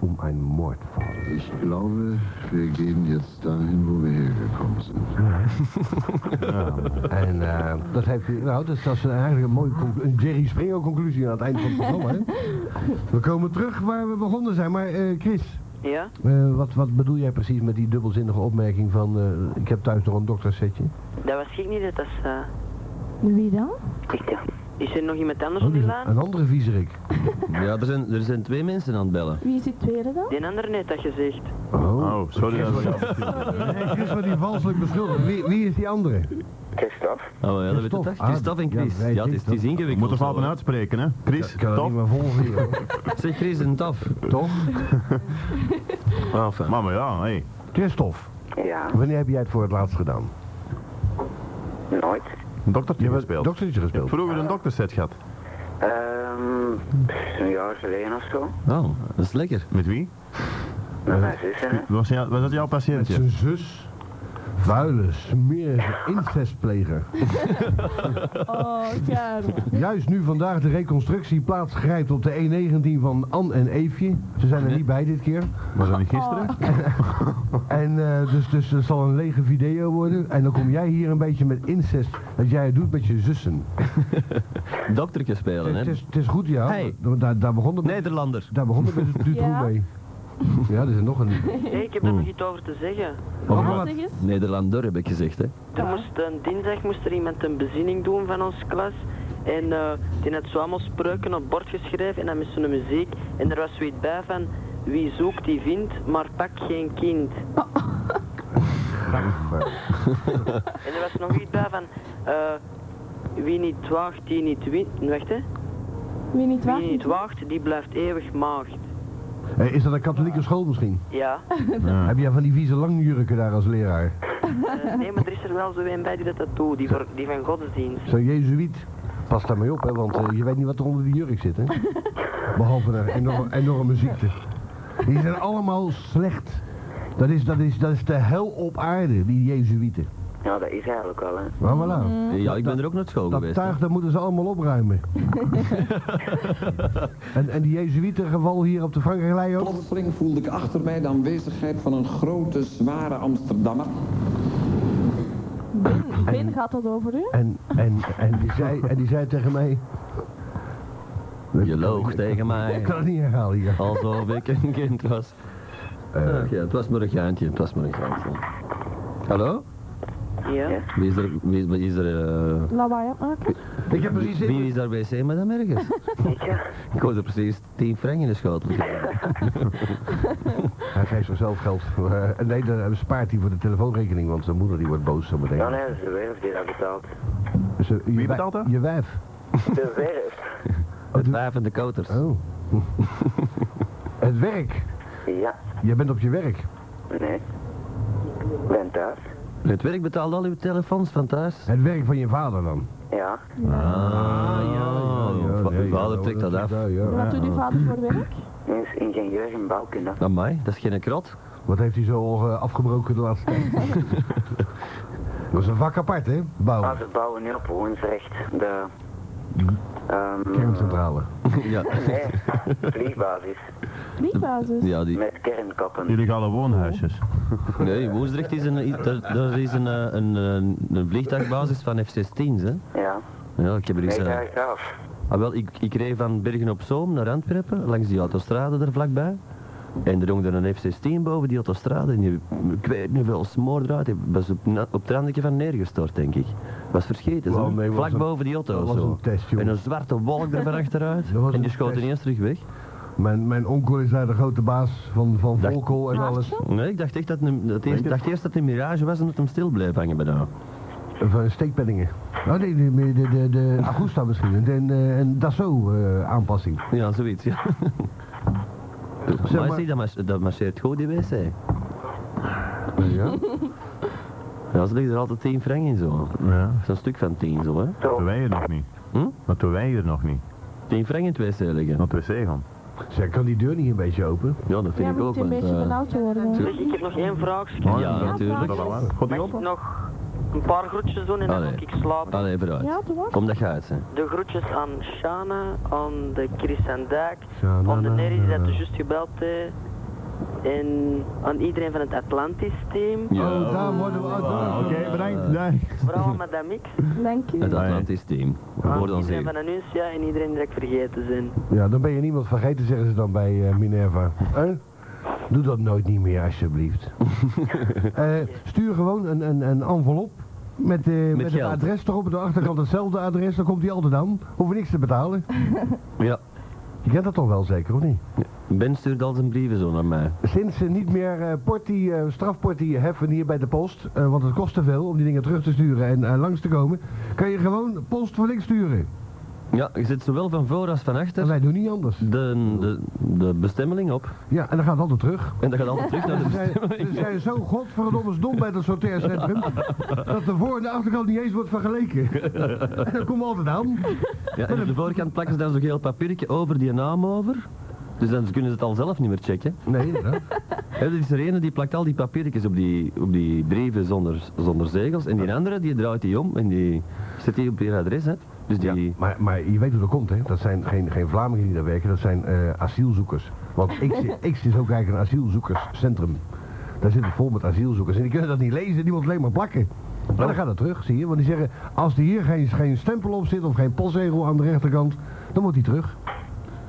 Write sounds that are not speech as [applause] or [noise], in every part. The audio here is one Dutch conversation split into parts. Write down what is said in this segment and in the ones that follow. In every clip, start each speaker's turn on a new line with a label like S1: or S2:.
S1: um einen Mordfall.
S2: Ich glaube, wir gehen jetzt dahin, wo wir hergekommen sind.
S1: En eh, dat heeft, nou, dus dat is eigenlijk een mooie conc- een Jerry Springer conclusie aan het eind van het programma. Hè? We komen terug waar we begonnen zijn. Maar eh, Chris,
S3: Ja?
S1: eh, wat, wat bedoel jij precies met die dubbelzinnige opmerking van... eh, ik heb thuis nog een doktersetje?
S3: Dat was ik niet, dat was... eh,
S4: Wie dan?
S3: ik dacht... Is er nog iemand anders
S1: Oh,
S3: op
S1: die
S3: die
S1: is
S3: lijn?
S1: een andere viezerik.
S5: Ja, er zijn, er zijn twee mensen aan het bellen.
S4: Wie is die tweede dan?
S3: Die andere net dat gezegd.
S1: Oh.
S6: Oh, sorry. dat ik-
S1: Hey, Chris wordt hier valselijk beschuldigd. Wie, wie is die andere?
S7: Christophe.
S5: Oh ja, dat weet ik
S1: Christophe.
S5: toch? Christophe en
S1: Ah,
S5: Chris.
S1: ja,
S5: Ja,
S1: wij
S5: het is, het is
S6: Ik
S5: ingewikkeld.
S6: moet er
S5: zo,
S6: fouten
S5: hè.
S6: uitspreken, hè? Chris,
S1: Ik kan het
S6: top.
S1: niet meer volgen hier. hoor.
S5: Zeg Chris en Taf.
S1: Toch?
S5: Enfin.
S6: Maar, maar ja, hé.
S1: Christophe,
S7: Ja,
S1: wanneer heb jij het voor het laatst gedaan?
S7: nooit.
S6: Een doktertje
S1: hebt
S6: gespeeld.
S1: doktertje
S6: Je hebt
S1: gespeeld.
S6: vroeger een dokterset gehad.
S7: Ehm, pff, een jaar geleden of zo.
S5: Oh, dat is lekker.
S6: Met wie?
S7: Met mijn zus en
S6: Was, jou- was dat jouw
S1: Met
S6: patiëntje?
S1: zijn zus. Vuile, smerige incestpleger.
S4: Oh, Karel.
S1: Juist nu vandaag de reconstructie plaatsgrijpt op de E19 van Ann en Eefje. Ze zijn er niet bij dit keer.
S6: Was dat niet gisteren?
S1: En eh, dus, dus het zal een lege video worden. En dan kom jij hier een beetje met incest. Dat jij het doet met je zussen.
S5: Doktertje spelen,
S1: Het
S5: hè?
S1: is, het is goed, ja.
S5: Hey.
S1: want Daar, daar begon het met,
S5: Nederlander.
S1: daar begon het met het Dutroux
S4: Ja.
S1: mee. Ja, er is nog een...
S3: Hé, ik heb daar nog iets over te zeggen.
S1: Oh,
S4: Wat
S1: wat? Hm?
S4: zeg eens?
S5: Nederlander heb ik gezegd, hè?
S3: Er moest, een dinsdag moest er iemand een bezinning doen van onze klas. En eh, die had zo allemaal spreuken op bord geschreven en dan met zo'n muziek. En er was zoiets bij van, wie zoekt die vindt, maar pak geen kind. En er was nog iets bij van, eh, wie niet waagt, die niet wint. Wacht hè.
S4: Wie niet waar?
S3: Wie niet waagt, die blijft eeuwig maagd.
S1: Eh, is dat een katholieke school misschien?
S3: Ja.
S1: Heb jij van die vieze langjurken daar als leraar?
S3: Eh, nee, maar er is er wel zo een bij die dat dat doet, die, voor- die van godsdienst.
S1: Zo'n jezuïet. Pas daar mee op, hè, want eh, je weet niet wat er onder die jurk zit, hè? Behalve een enorme, enorme ziekte. Die zijn allemaal slecht. Dat is, dat, is, dat is de hel op aarde, die jezuïeten.
S7: Ja, dat is eigenlijk wel, hè.
S1: Maar voilà.
S5: Ja, ik ben er ook naar school
S1: Dat
S5: geweest. hè.
S1: tuig, dat moeten ze allemaal opruimen. en, en die jezuïetengeval hier op de Frankrijk ook?
S8: Plotseling voelde ik achter mij de aanwezigheid van een grote, zware Amsterdammer.
S4: Ben, ben gaat dat over u?
S1: En, en, en, die zei, en die zei tegen mij...
S5: Je loog tegen
S1: Ik
S5: mij.
S1: kan het niet herhalen hier.
S5: Alsof ik een kind was.
S1: Eh.
S5: Ach ja, het was maar een geintje, het was maar een geintje. Hallo?
S3: Ja.
S5: Wie is er... Wie, wie is er eh,
S4: Lawaai opmaken?
S1: Ik heb precies...
S5: wie, wie is daar wc met hem ergens?
S7: Ja.
S5: Ik hoorde precies 10 frank in de schotel.
S1: Hij geeft zichzelf geld. Eh, nee, dan spaart hij voor de telefoonrekening, want zijn moeder die wordt boos zo meteen.
S7: Ja, nee, dat is de werf die dat betaalt.
S1: Dus, eh, je wij-
S6: betaalt dat?
S1: Je wijf.
S7: De werf?
S5: Het wijf en de koters.
S6: [laughs]
S1: Oh. Het werk.
S7: Ja.
S1: Je bent op je werk.
S7: Nee. Ik ben thuis.
S5: Het werk betaalt al uw telefoons van thuis.
S1: Het werk van je vader dan. Oh,
S7: Ja.
S5: Ah,
S1: Ja,
S5: ja.
S1: nee,
S5: Uw
S1: ja,
S5: vader Oh, trekt dat af.
S1: ja, ja.
S4: Wat doet uw vader voor werk?
S7: Eens ingenieur in bouwkunde.
S5: Amai, dat is geen krot. [laughs]
S1: Wat heeft hij zo al eh, afgebroken de laatste tijd?
S6: [laughs]
S1: Dat is een vak apart, hè? Bouw.
S6: Ah.
S7: Maar Ah, ze bouwen nu op Woensrecht de... ehm
S1: Kerncentrale.
S5: Ja.
S7: nee, vliegbasis.
S4: Vliegbasis?
S5: Ja, die...
S7: Met kernkoppen.
S6: Illegale woonhuisjes.
S5: Nee, Woensdrecht is een... i- Daar, daar is een, eh, een, eh, een vliegtuigbasis van F-16's, hè.
S7: Ja.
S5: Ja, ik heb er eens... eh,
S7: Mega gaaf.
S5: Ah, wel, ik, ik reed van Bergen op Zoom naar Antwerpen, langs die autostrade er vlakbij. En er hong er een F-16 boven die autostrade en die, ik weet niet veel, smoord eruit. Die was op, na- op het randje van neergestort, denk ik. Was verscheten, zo.
S1: Wel, nee, was
S5: vlak
S1: een-
S5: boven die auto.
S1: dat was
S5: zo.
S1: een test, jongen.
S5: En een zwarte wolk er van
S1: [laughs]
S5: achteruit.
S1: was
S5: en
S1: een
S5: die schoot
S1: test.
S5: ineens terug weg.
S1: Mijn, mijn onkel is daar de grote baas van, van
S5: Dag.
S1: Volkel en alles.
S5: Nee, ik dacht echt dat, het een- dat eerst, ik dacht eerst dat het een mirage was en dat hem stil bleef hangen bijna.
S1: Van steekpenningen. Oh nee, de, de, de, de Agusta misschien. En een, eh, een Dassault eh, aanpassing.
S5: Ja, zoiets, ja.
S1: maar-
S5: maar zie, dat, mas- dat marcheert goed, die wc.
S1: Ja.
S5: Ja, ze liggen er altijd 10 frank in zo.
S6: Ja.
S5: Zo'n stuk van 10 zo, hè.
S6: Dat doen wij hier nog niet.
S5: Hm?
S6: Dat doen wij hier nog niet.
S5: 10 frank in het wc liggen.
S6: Naar het wc gaan.
S1: Zeg, kan die deur niet een beetje open?
S5: Ja, dat vind
S4: Ja,
S5: ik ook.
S4: moet
S5: want,
S4: een beetje
S5: eh,
S3: Dus
S4: benauwd worden.
S3: Zeg, ik heb nog één vraagje.
S5: ja, natuurlijk.
S6: Gaat die
S3: Mag ik
S6: open?
S3: nog een paar groetjes doen en dan
S5: Allee.
S3: ga ik slapen.
S5: Allee, vooruit.
S4: Ja, toch?
S5: Kom dat je uit, hè.
S3: De groetjes aan Shana, aan de Chris en Dijk,
S1: Shana,
S3: aan de Neri die
S1: na, na,
S3: dat
S1: na.
S3: juist gebeld heeft. En aan iedereen van het Atlantisch team.
S5: Ja,
S1: Oh, daar worden we...
S6: Ah, Oké, bedankt. Nee.
S3: Vooral aan Madame
S5: [laughs]
S3: X.
S4: Dank je.
S5: het Atlantisch team. We
S3: Aan
S5: worden ons
S3: iedereen
S5: hier.
S3: van Anuncia en iedereen die ik vergeten zijn.
S1: Ja, dan ben je niemand vergeten, zeggen ze dan bij eh, Minerva. Hè? Doe dat nooit niet meer, alsjeblieft. Eh, stuur gewoon een, een, een envelop met, eh, met, het
S5: geld.
S1: adres erop. De achterkant hetzelfde adres, dan komt die altijd aan. Hoef je niks te betalen.
S5: Ja.
S1: Je kent dat toch wel zeker, of niet?
S5: Ben stuurt al zijn brieven zo naar mij.
S1: Sinds ze niet meer eh portie, eh, strafportie heffen hier bij de post, eh, want het kost te veel om die dingen terug te sturen en eh, langs te komen, kan je gewoon post voor niks sturen.
S5: Ja, je zit zowel van voor als van
S1: En
S5: achter
S1: wij doen niet anders.
S5: de, de, de bestemmeling op.
S1: Ja, en dan gaat het altijd terug.
S5: En dat gaat altijd terug [laughs] naar de
S1: Ze zijn, ze zijn zo godverdomme dom bij dat sorteercentrum, dat de voor- en de achterkant niet eens wordt vergeleken. En [laughs] dat komt altijd aan.
S5: Ja, en op de voorkant plakken ze dan zo'n geel papiertje over die naam over. Dus dan kunnen ze het al zelf niet meer checken.
S1: Nee, inderdaad.
S5: Hè, er is er ene die plakt al die papiertjes op die, op die brieven zonder, zonder zegels. En die andere die draait die om en die zet die op je adres. Hè. Dus die, ja.
S1: Maar, maar je weet hoe dat komt, hè? Dat zijn geen, geen Vlamingen die daar werken, dat zijn eh, asielzoekers. Want ik, zit- ik zit ook eigenlijk in een asielzoekerscentrum. Daar zit het vol met asielzoekers. En die kunnen dat niet lezen, die moeten alleen maar plakken. Maar dan gaat dat terug, zie je. Want die zeggen, als er hier geen, geen stempel op zit of geen postzegel aan de rechterkant, dan moet die terug.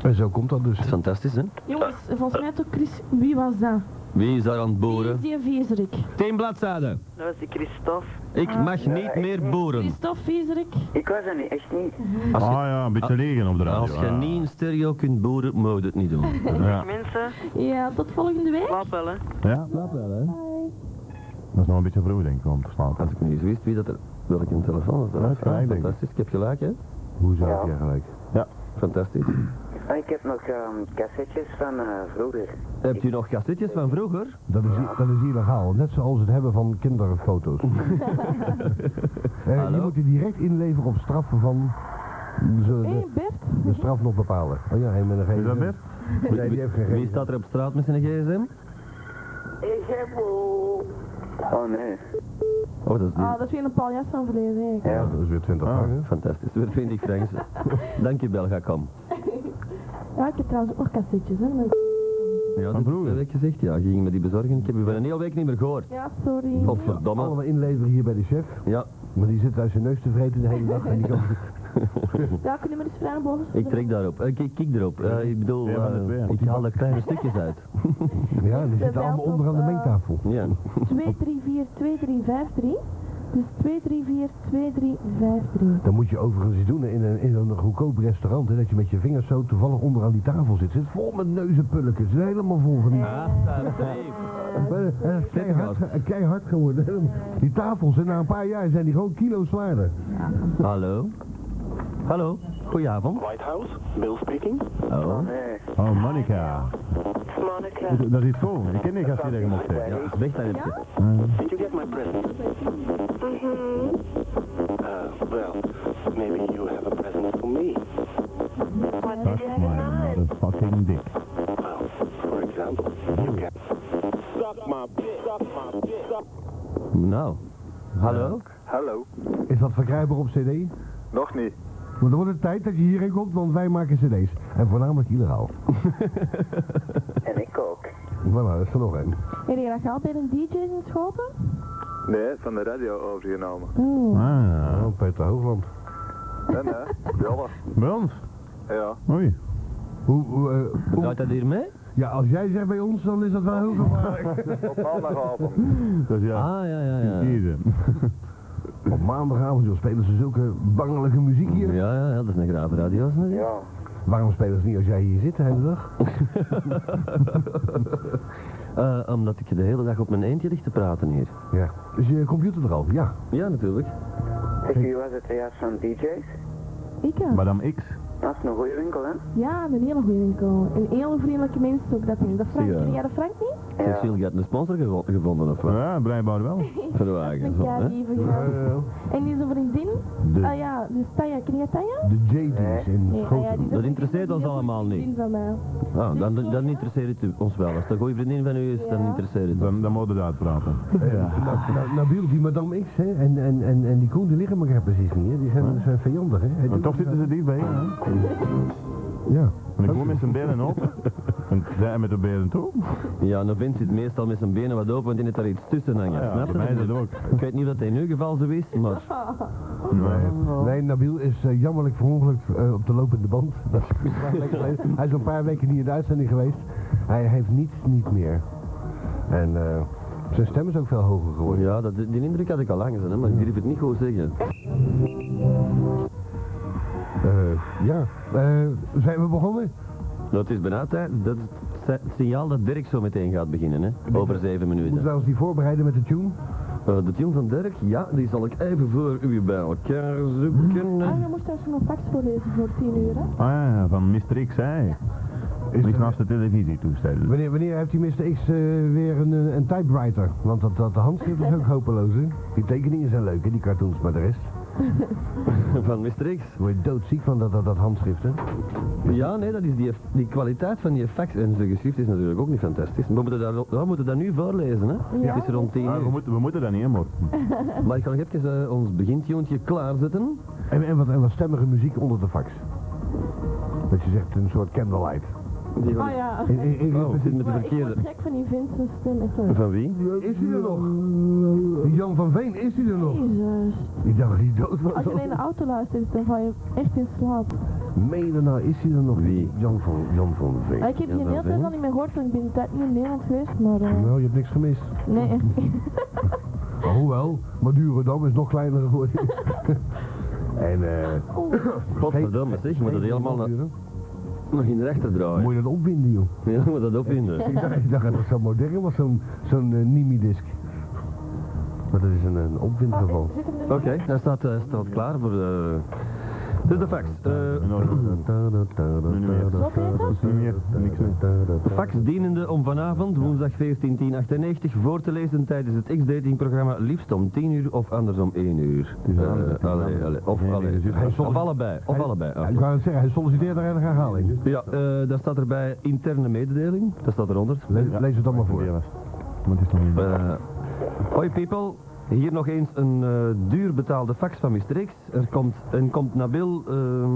S1: En zo komt dat dus.
S5: fantastisch hè.
S4: Jongens, volgens mij toch Chris... Wie was dat?
S5: Wie is daar aan het boren?
S4: Die Viezerik.
S5: Tien bladzijden.
S3: Dat was die Christophe.
S5: Ah, Ik mag niet meer boeren.
S4: Christophe Viezerik.
S7: Ik was er niet, echt niet.
S5: Als je,
S6: Ah ja, een beetje regen op de radio.
S5: als je
S6: ja.
S5: niet in stereo kunt boeren, moet je het niet doen. [laughs]
S6: Ja,
S3: Mensen,
S4: Ja, tot volgende week.
S3: slaap wel hè.
S6: ja slaap wel, hè. Dat is nog een beetje vroeg, denk ik, om te slapen.
S5: Als ik nu eens wist wie dat er... Welke telefoon was eruit?
S6: Ja, ik denk-
S5: Fantastisch, ik heb gelijk hè.
S1: Hoe zou
S7: Ja.
S1: ik eigenlijk?
S5: Fantastisch.
S7: Ah, Ik heb nog ehm, cassettes van eh, vroeger.
S5: Hebt u nog cassettes van vroeger?
S1: Dat is, dat is illegaal, net zoals het hebben van kinderfoto's. Eh je
S5: Hallo?
S1: moet die direct inleveren op straffen van... Ze,
S4: Hé,
S1: de,
S4: Bert.
S1: de straf nog bepalen. Oh ja, een met een
S6: Is dat
S1: gsm.
S6: Bert?
S1: Nee, die heeft geen
S5: Wie
S1: gsm.
S5: staat er op straat met zijn gsm?
S7: Oh nee.
S5: Oh, dat is
S4: Ah, dat is weer een paljas van verleden week.
S1: Ja, dat is weer 20
S6: Ah.
S1: dagen.
S5: fantastisch. Weer 20 francs. [laughs] Dank je Belga, kom.
S4: Ja, ik heb trouwens ook nog cassetjes, hè. maar-
S5: Ja, dat
S6: broer.
S5: heb ik gezegd. Ja, je ging me die bezorgen. Ik heb u van een hele week niet meer gehoord.
S4: Ja, sorry.
S5: Godverdomme.
S1: Allemaal inleveren hier bij de chef.
S5: Ja,
S1: Maar die zit uit zijn neus te vreten de hele dag. En die kan...
S4: Ja, kunnen we dus vrij naar boven?
S5: ik trek daarop. Eh, kijk, kijk erop. Eh, ik bedoel,
S6: Ja, maar dat
S5: eh,
S6: weer.
S5: ik haal er kleine stukjes uit.
S1: Ja, die zitten
S4: Wel
S1: allemaal
S4: toch,
S1: onder aan de
S4: eh,
S1: mengtafel.
S5: Ja.
S4: 234 2353. Dus 234 2353.
S1: Dat moet je overigens eens doen in een, in een goedkoop restaurant. Hè, dat je met je vingers zo toevallig onder aan die tafel zit. Zit vol met neuzenpulletjes. Helemaal vol van die... Ik ben, eh, eh, keihard, ge- eh, keihard geworden. [laughs] Die tafels, hè, na een paar jaar zijn die gewoon kilo's zwaarder.
S5: Hallo? Hallo? Goedenavond.
S9: White House, Bill speaking. eh,
S5: Oh.
S7: Nee.
S6: Oh, Monica.
S9: Monica.
S6: Dat is vol. Ik ken die gast die tegen mocht zeggen.
S5: Ja, weg daar even.
S9: Did you get my present? Mm-hmm. Uh, well, maybe you have a present for me.
S6: Dat is mijn motherfucking dik.
S9: Well, for example, you can... Suck my dick. Suck my dick. Suck
S5: Nou. Hallo?
S10: Hallo,
S1: Is dat verkrijgbaar op cd?
S10: nog niet.
S1: Maar dan wordt het tijd dat je hierheen komt, want wij maken cd's. En voornamelijk illegaal.
S7: En ik ook.
S1: Voilà, dat is er nog één.
S4: Heb je dat gehad bij een DJ in Schoten?
S10: Nee, van de radio overgenomen.
S4: Oh.
S6: Ah,
S1: Oh, Peter Hoogland.
S10: En hè, Bellen.
S6: bij ons?
S10: Ja.
S6: Oei.
S1: Hoe, hoe, eh, hoe-
S5: Draait dat hier mee?
S1: ja, als jij zegt bij ons, dan is dat wel heel gevaarlijk.
S10: Op maandagavond.
S6: Dat is ja. eh,
S5: Ah, ja, ja, ja.
S6: Jezus.
S1: Op maandagavond joh, spelen ze zulke bangelijke muziek hier.
S5: Ja, ja, ja, dat is een grave radio. hè?
S7: Ja.
S1: Waarom spelen ze niet als jij hier zit de hele dag?
S5: Eh, omdat ik de hele dag op mijn eentje ligt te praten hier.
S1: Ja. Is je computer er al? Ja.
S5: Ja, natuurlijk.
S7: Zeg, wie was het juist van DJ's?
S4: Ik ja.
S6: [laughs] Madame X.
S7: Dat is een goede winkel, hè?
S4: Ja, een hele goede winkel. Een hele vriendelijke mensen ook dat ding. Dat Frank,
S5: Ja.
S4: ken jij dat Frank niet?
S5: Heeft Silke een sponsor gevo- gevonden of wat?
S6: Ja, blijkbaar wel.
S5: Voor de wagen.
S4: Met
S5: Van,
S4: Gabi
S5: hè?
S4: even gegaan. En die is een vriendin?
S6: De-
S4: Ah ja, dus Taya. Ken je Taya?
S1: De JD's in
S4: Nee, ah ja,
S1: Schoten.
S4: die
S5: Dat interesseert ons allemaal niet.
S4: vriendin van mij.
S5: Ah, dan, dan interesseert het ons wel. Als het een goede vriendin van u is, dan
S4: Ja.
S5: interesseert het ons.
S6: Dan, dan moet het uitpraten.
S1: Ja. Nou, nou, nou Biel, die Madame X hè, en, en, en, en die Koen, die liggen elkaar precies niet. Hè. Die zijn, zijn vijandig. Hè. Hij
S6: Maar
S1: doet
S6: toch
S1: het
S6: zitten
S1: wel.
S6: ze dicht bij je, hè?
S1: Ja.
S6: En ik kom met zijn benen open. En zij met de benen toe.
S5: Ja, een vent zit meestal met zijn benen wat open, want die heeft daar iets tussen hangen.
S6: Ah, Ja,
S5: Snap
S6: bij mij
S5: je?
S6: is dat ook.
S5: Ik weet niet wat dat in uw geval zo is, maar...
S4: Oh.
S1: Nee, nee, Nabil is eh, jammerlijk verongelukt eh, op de lopende band. Dat is een paar weken geleden. hij is een paar weken niet in de uitzending geweest. Hij heeft niets niet meer. En eh, zijn stem is ook veel hoger geworden.
S5: Ja, dat, die indruk had ik al lang, hè, maar ik durf het niet goed zeggen.
S1: Eh, ja. Eh, zijn we begonnen?
S5: Nou, het is bijna tijd. Dat is het si- signaal dat Dirk zo meteen gaat beginnen, hè? Over zeven minuten.
S1: Moeten wij ons die voorbereiden met de tune?
S5: Eh, de tune van Dirk, ja, die zal ik even voor u bij elkaar
S4: Ah,
S5: zoeken.
S4: je moest daar zo'n fax voorlezen voor 10 uur, hè?
S6: Ah ja, van Mr. X, hè?
S1: Is
S6: Ligt
S1: er-
S6: naast de televisietoestel.
S1: Wanneer, wanneer heeft die Mr. X eh, weer een, eh, een typewriter? Want dat, dat handschrift is ook hopeloos, hè? Die tekeningen zijn leuk, hè, die cartoons, maar de rest.
S5: Van Mr. X.
S1: Word je doodziek van dat, dat, dat handschrift, hè?
S5: Ja, nee, dat is die, die kwaliteit van die fax en zijn geschrift is natuurlijk ook niet fantastisch. We moeten dat, we moeten dat nu voorlezen, hè?
S4: Ja.
S5: Het is rond tien
S6: Ah, we,
S5: uur.
S6: moeten, we moeten dat niet, hè, maar.
S5: Maar ik ga nog even eh, ons begintuntje klaarzetten.
S1: En, en, wat, en wat stemmige muziek onder de fax. Dat je zegt, een soort candlelight.
S5: Die wil
S4: Ah
S5: ik-
S4: ja.
S1: In- in- in-
S5: Oh, we zitten met de
S4: Maar ik
S5: verkeerde.
S4: word gek van die Vincent's stem, echt hoor.
S5: Van wie?
S1: Is hij er nog? Die Jan van Veen, is hij
S5: Oh.
S1: er nog?
S4: Jezus.
S1: Die dacht dat hij dood was.
S4: Als je alleen in de auto luistert, dan val je echt in slaap.
S1: Meen nou, is hij er nog?
S5: Wie?
S1: Jan van, Jan van Veen.
S4: Ah, ik heb je
S5: Ja,
S4: de hele
S5: dat
S4: tijd
S5: wel.
S4: al niet meer gehoord, want ik ben de tijd niet in Nederland geweest, maar eh,
S1: Nou, je hebt niks gemist.
S4: nee, echt niet.
S1: Maar hoewel, Madurodam is nog kleiner [laughs] geworden. en eh...
S5: Godverdomme, zeg, je moet dat helemaal naar- Oh,
S1: Moet
S5: nog in de rechter draaien.
S1: je dat opwinden, joh?
S5: Ja, je moet dat opwinden.
S1: Ik
S4: [laughs]
S1: dacht, ik dacht dat het zo modern was, zo'n zo'n eh, Nimi-disc. Maar dat is een, een opwindgeval.
S4: Zit hem er
S5: Oké, dat staat, eh, staat klaar voor de... Dit is de fax. Eh,
S6: En dan- Nu niet meer.
S4: Wat heet dat?
S6: Dat is niet meer. Niks meer.
S5: fax dienende om vanavond, woensdag 14.10.98, voor te lezen tijdens het X-datingprogramma liefst om 10 uur of anders om 1 uur.
S6: is
S5: Eh,
S6: een ander programma.
S5: allee, allee, of,
S6: Nee, nee,
S5: allee, eh,
S6: dat is-
S5: of, allebei, of
S1: Hij-
S5: allebei.
S1: Ja, ik wou het zeggen, hij solliciteert naar een herhaling.
S5: Ja, eh, daar staat erbij interne mededeling, dat staat eronder.
S1: Lees, lees het allemaal voor.
S6: Ja, was- Maar het is nog niet.
S5: Eh, hoi people, hier nog eens een eh, duur betaalde fax van Mr. X. Er komt, en komt Nabil... ehm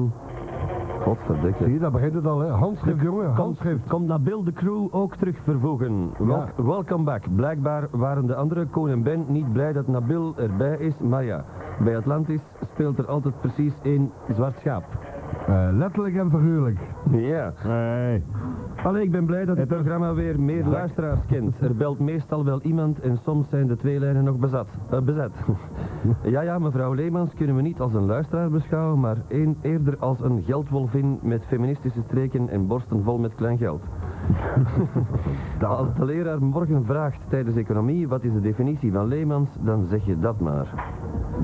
S5: Godverdikke.
S1: Zie je, daar begint het al, hè? Eh, Handschrift, jongen, handschrift.
S5: Komt, komt Nabil de crew ook terug vervoegen. Wel,
S1: Ja.
S5: Welcome back. Blijkbaar waren de andere Koen en Ben niet blij dat Nabil erbij is, maar ja, bij Atlantis speelt er altijd precies één zwart schaap.
S1: Eh, letterlijk en figuurlijk.
S5: Ja.
S6: Nee.
S5: Allee, ik ben blij dat het programma weer meer luisteraars kent. Er belt meestal wel iemand en soms zijn de twee lijnen nog bezat. Eh, bezet. [laughs] ja, ja, mevrouw Leemans kunnen we niet als een luisteraar beschouwen, maar een, eerder als een geldwolvin met feministische streken en borsten vol met klein geld. [laughs] Als de leraar morgen vraagt tijdens economie wat is de definitie van Leemans, dan zeg je dat maar.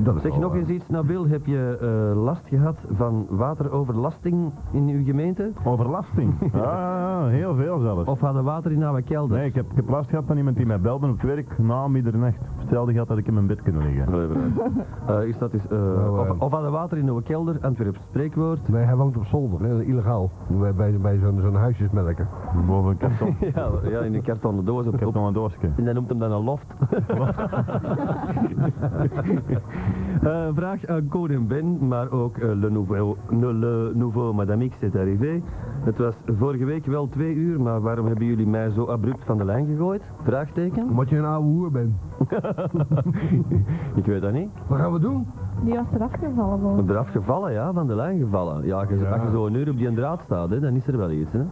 S1: Dat is
S5: Zeg
S1: wel
S5: nog
S1: waar.
S5: eens iets, Nabil, heb je eh, last gehad van wateroverlasting in uw gemeente? [laughs]
S6: Overlasting. Ah, heel veel zelfs.
S5: Of hadden water in oude kelder?
S6: Nee, ik heb, ik heb last gehad van iemand die mij belde op het werk na middernacht. Hetzelfde gehad dat ik in mijn bed kunnen liggen.
S5: Eh, is dat is, eh,
S1: Nou, eh.
S5: of, of aan de water in de kelder, Antwerps spreekwoord. [laughs]
S1: Nee, hij woont op zolder, hè, illegaal. Bij, bij, bij zo'n zo'n huisjesmelker.
S6: Boven een karton.
S5: [laughs] Ja, ja, in een kartonnen doos.
S6: Ik
S5: Op,
S6: heb
S5: op,
S6: nog een doosje.
S5: en dan noemt hem dan een loft. [laughs] Eh, vraag aan Corin Ben, maar ook eh, Le, nouveau, ne- le nouveau Madame X est arrivé. Het was vorige week wel twee uur, maar waarom hebben jullie mij zo abrupt van de lijn gegooid? Vraagteken?
S1: Omdat je een oude hoer bent.
S5: Ik weet dat niet.
S1: Wat gaan we doen?
S4: Die was eraf gevallen volgens mij.
S5: Eraf gevallen, ja, van de lijn gevallen. Ja, als je-
S1: Ja.
S5: als je zo een uur op die draad staat, hè, dan is er wel iets. Hè.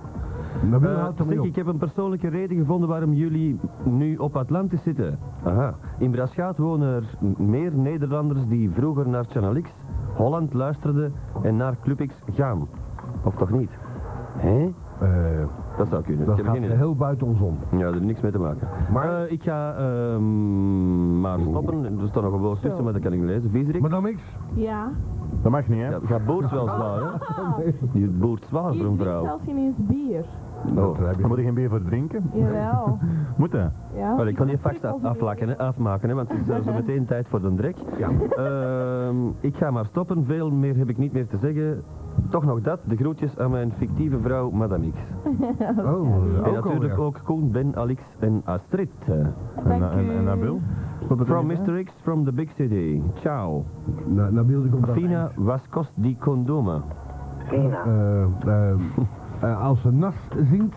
S1: Nabil
S5: Eh,
S1: houdt ermee
S5: zeg,
S1: op.
S5: ik heb een persoonlijke reden gevonden waarom jullie nu op Atlantis zitten. Aha. In Braschaat wonen er m- meer Nederlanders die vroeger naar Channel X, Holland luisterden en naar Club X gaan. Of toch niet? Hé?
S1: Eh,
S5: Dat zou kunnen.
S1: dat
S5: ik heb
S1: gaat
S5: geen idee.
S1: heel buiten ons om.
S5: Ja, er is niks mee te maken.
S1: Maar-
S5: Eh, ik ga ehm, maar stoppen. Er staat nog een woord tussen, maar dat kan ik niet lezen. Viezerik.
S1: Maar dan niks.
S4: Ja.
S6: Dat mag niet, hè?
S5: Ja, ga boert wel zwaar, hè?
S1: [laughs]
S4: Ah,
S5: Je boert zwaar
S4: hier
S5: voor een
S4: drinkt
S5: vrouw. Oh.
S4: zelfs ineens bier.
S1: Dat heb
S6: Dan
S1: je.
S6: moet je geen bier voor drinken.
S4: Jawel.
S6: Moet dat?
S4: Ja.
S5: Maar ik kan die fax af- aflakken, hè, afmaken, hè, want het is eh, zo meteen tijd voor de drek.
S1: Ja.
S5: Ehm, ik ga maar stoppen, veel meer heb ik niet meer te zeggen. Toch nog dat, de groetjes aan mijn fictieve vrouw Madame X.
S1: Oh,
S5: en
S1: ook al,
S5: natuurlijk
S1: ja.
S5: ook Koen, Ben, Alex en Astrid. eh.
S6: En, en, en Nabil?
S5: From Mr. X, from the big city. Ciao.
S1: Nou, nou wilde ik op dat...
S5: Fina, was kost die condoma?
S7: Fina.
S1: Eh, eh, eh, als ze nat zingt,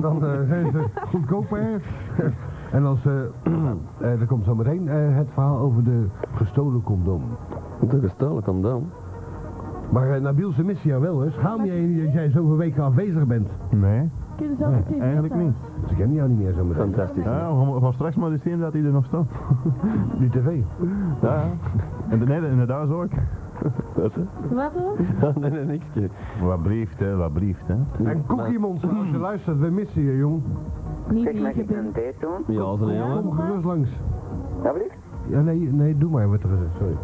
S1: dan eh, zijn ze goedkoper. en als ze... eh er komt zo meteen eh, het verhaal over de gestolen condoom.
S5: De gestolen condoom.
S1: Maar eh, Nabil, ze missen jou wel, hè? Schaam je je niet dat jij zoveel weken afwezig bent?
S6: Nee,
S4: Kun je zelf een keer
S6: eigenlijk
S4: zitten?
S6: niet.
S1: Ze kennen jou niet meer zo meteen.
S6: [laughs]
S5: Fantastisch.
S6: Ja, we gaan- we gaan straks maar eens zien dat hij er nog staat.
S1: Die tv.
S6: Ja, ja. En, nee, inderdaad zo ook.
S4: Wat hoor?
S5: nee, nee, niks.
S6: Wat brieft, hè, wat brieft, hè.
S1: En Cookie Monster, als je luistert, we missen je, jong.
S4: Niet
S7: Zeg, mag
S4: wie je
S7: ik een
S4: bent.
S7: date doen?
S5: Ja, ze jongen.
S1: Kom gerust langs.
S7: Ja, blieft?
S1: Ja, nee, nee, doe maar wat er gezegd, sorry.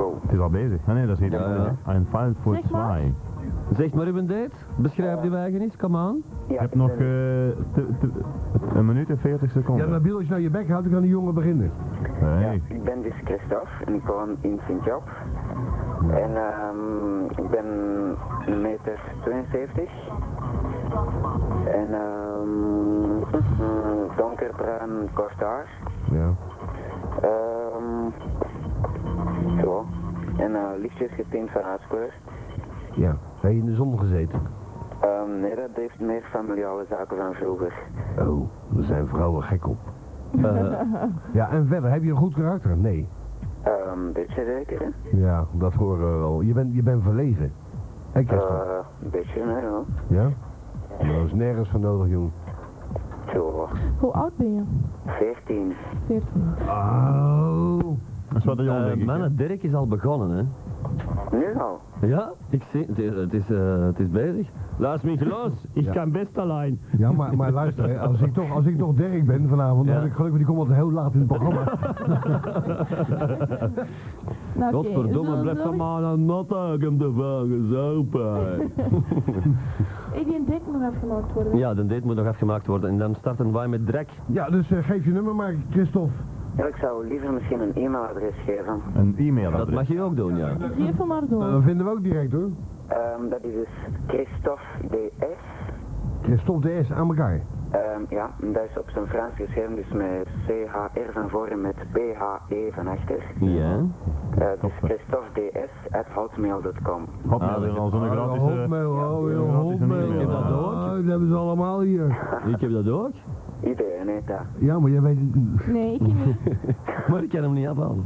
S7: Oh.
S6: Het is al bezig. Ah, nee, dat is niet.
S5: Ja,
S6: Ja, I'm filed for
S4: Zeg maar.
S6: try.
S5: Zeg maar uw date. Beschrijf die wagen eens, kom aan.
S7: Ja,
S6: Ik heb
S7: ik
S6: nog eh,
S7: ben-
S6: te- te- een minuut en 40
S1: Ja,
S6: seconden.
S1: Nabil, als je nou je bek houdt, dan kan die jongen beginnen.
S7: Ja,
S6: Nee.
S7: ik ben dus Christophe en ik woon in Sint-Job. En ehm, ik ben een meter 72. En ehm [laughs] donkerbruin kort haar.
S1: Ja.
S7: Ehm, zo. En eh lichtjes getint van huidskleur.
S1: Ja. Heb je in de zon gezeten?
S7: Ehm, nee, dat heeft meer familiale zaken van vroeger.
S1: Oh, daar zijn vrouwen gek op. ja, en verder, heb je een goed karakter? Nee.
S7: Ehm, Een beetje zeker, hè?
S1: Ja, dat horen we wel. Je bent je bent verlegen. En kerstman.
S7: Eh, een beetje, hè? Ja.
S1: Ja? Nou, Daar is nergens voor nodig, jong.
S7: Zo,
S4: Hoe oud ben je?
S7: 14.
S4: 14.
S1: Oh.
S6: Dat is wat de jongen
S5: Eh,
S6: denk ik, hè.
S5: mannen, Dirk is al begonnen, hè.
S7: Nu al?
S5: Ja, ik zie, het is, het is, eh, het is bezig. Laat me los, ik
S1: Ja.
S5: kan best alleen.
S1: Ja, maar, maar luister, hè, als, ik toch, als ik toch Dirk ben vanavond, dan
S5: Ja.
S1: heb ik geluk, want die komt altijd heel laat in het programma.
S4: Nou, oké.
S5: Godverdomme,
S4: Zullen-
S5: blijf
S4: zullen
S5: dan
S4: we-
S5: maar aan natten, ik heb de wagen zo pijn. [laughs]
S4: Ik die dik nog even gemaakt worden.
S5: Ja, de date moet nog afgemaakt worden en dan starten wij met drek.
S1: Ja, dus eh, geef je nummer maar, Christophe.
S7: Ja, ik zou liever misschien een e-mailadres geven.
S6: Een
S5: Dat
S6: e-mailadres.
S5: mag je ook doen, ja.
S4: Geef hem maar
S1: Eh,
S4: door.
S1: Dat vinden we ook direct, hoor.
S7: Ehm, dat is dus Christophe DS.
S1: Christophe de S aan elkaar.
S7: Ehm, ja, en dat is op zijn Frans geschreven, dus met CHR van voor en met PHE van achter.
S5: Ja.
S7: Eh, dus Christophe DS at hotmail.com.
S6: Hop, nou, dat is al zo'n gratis...
S1: Oh,
S6: eh,
S1: hopmail, oh,
S6: ja,
S1: joh,
S6: gratis een
S1: hopmail.
S6: e-mail.
S5: dat ook?
S1: Ah, dat hebben ze allemaal hier.
S5: Ik heb dat ook,
S7: Iedereen heet dat.
S1: Ja, maar jij weet het niet.
S4: Nee, ik niet.
S5: maar ik kan hem niet afhalen.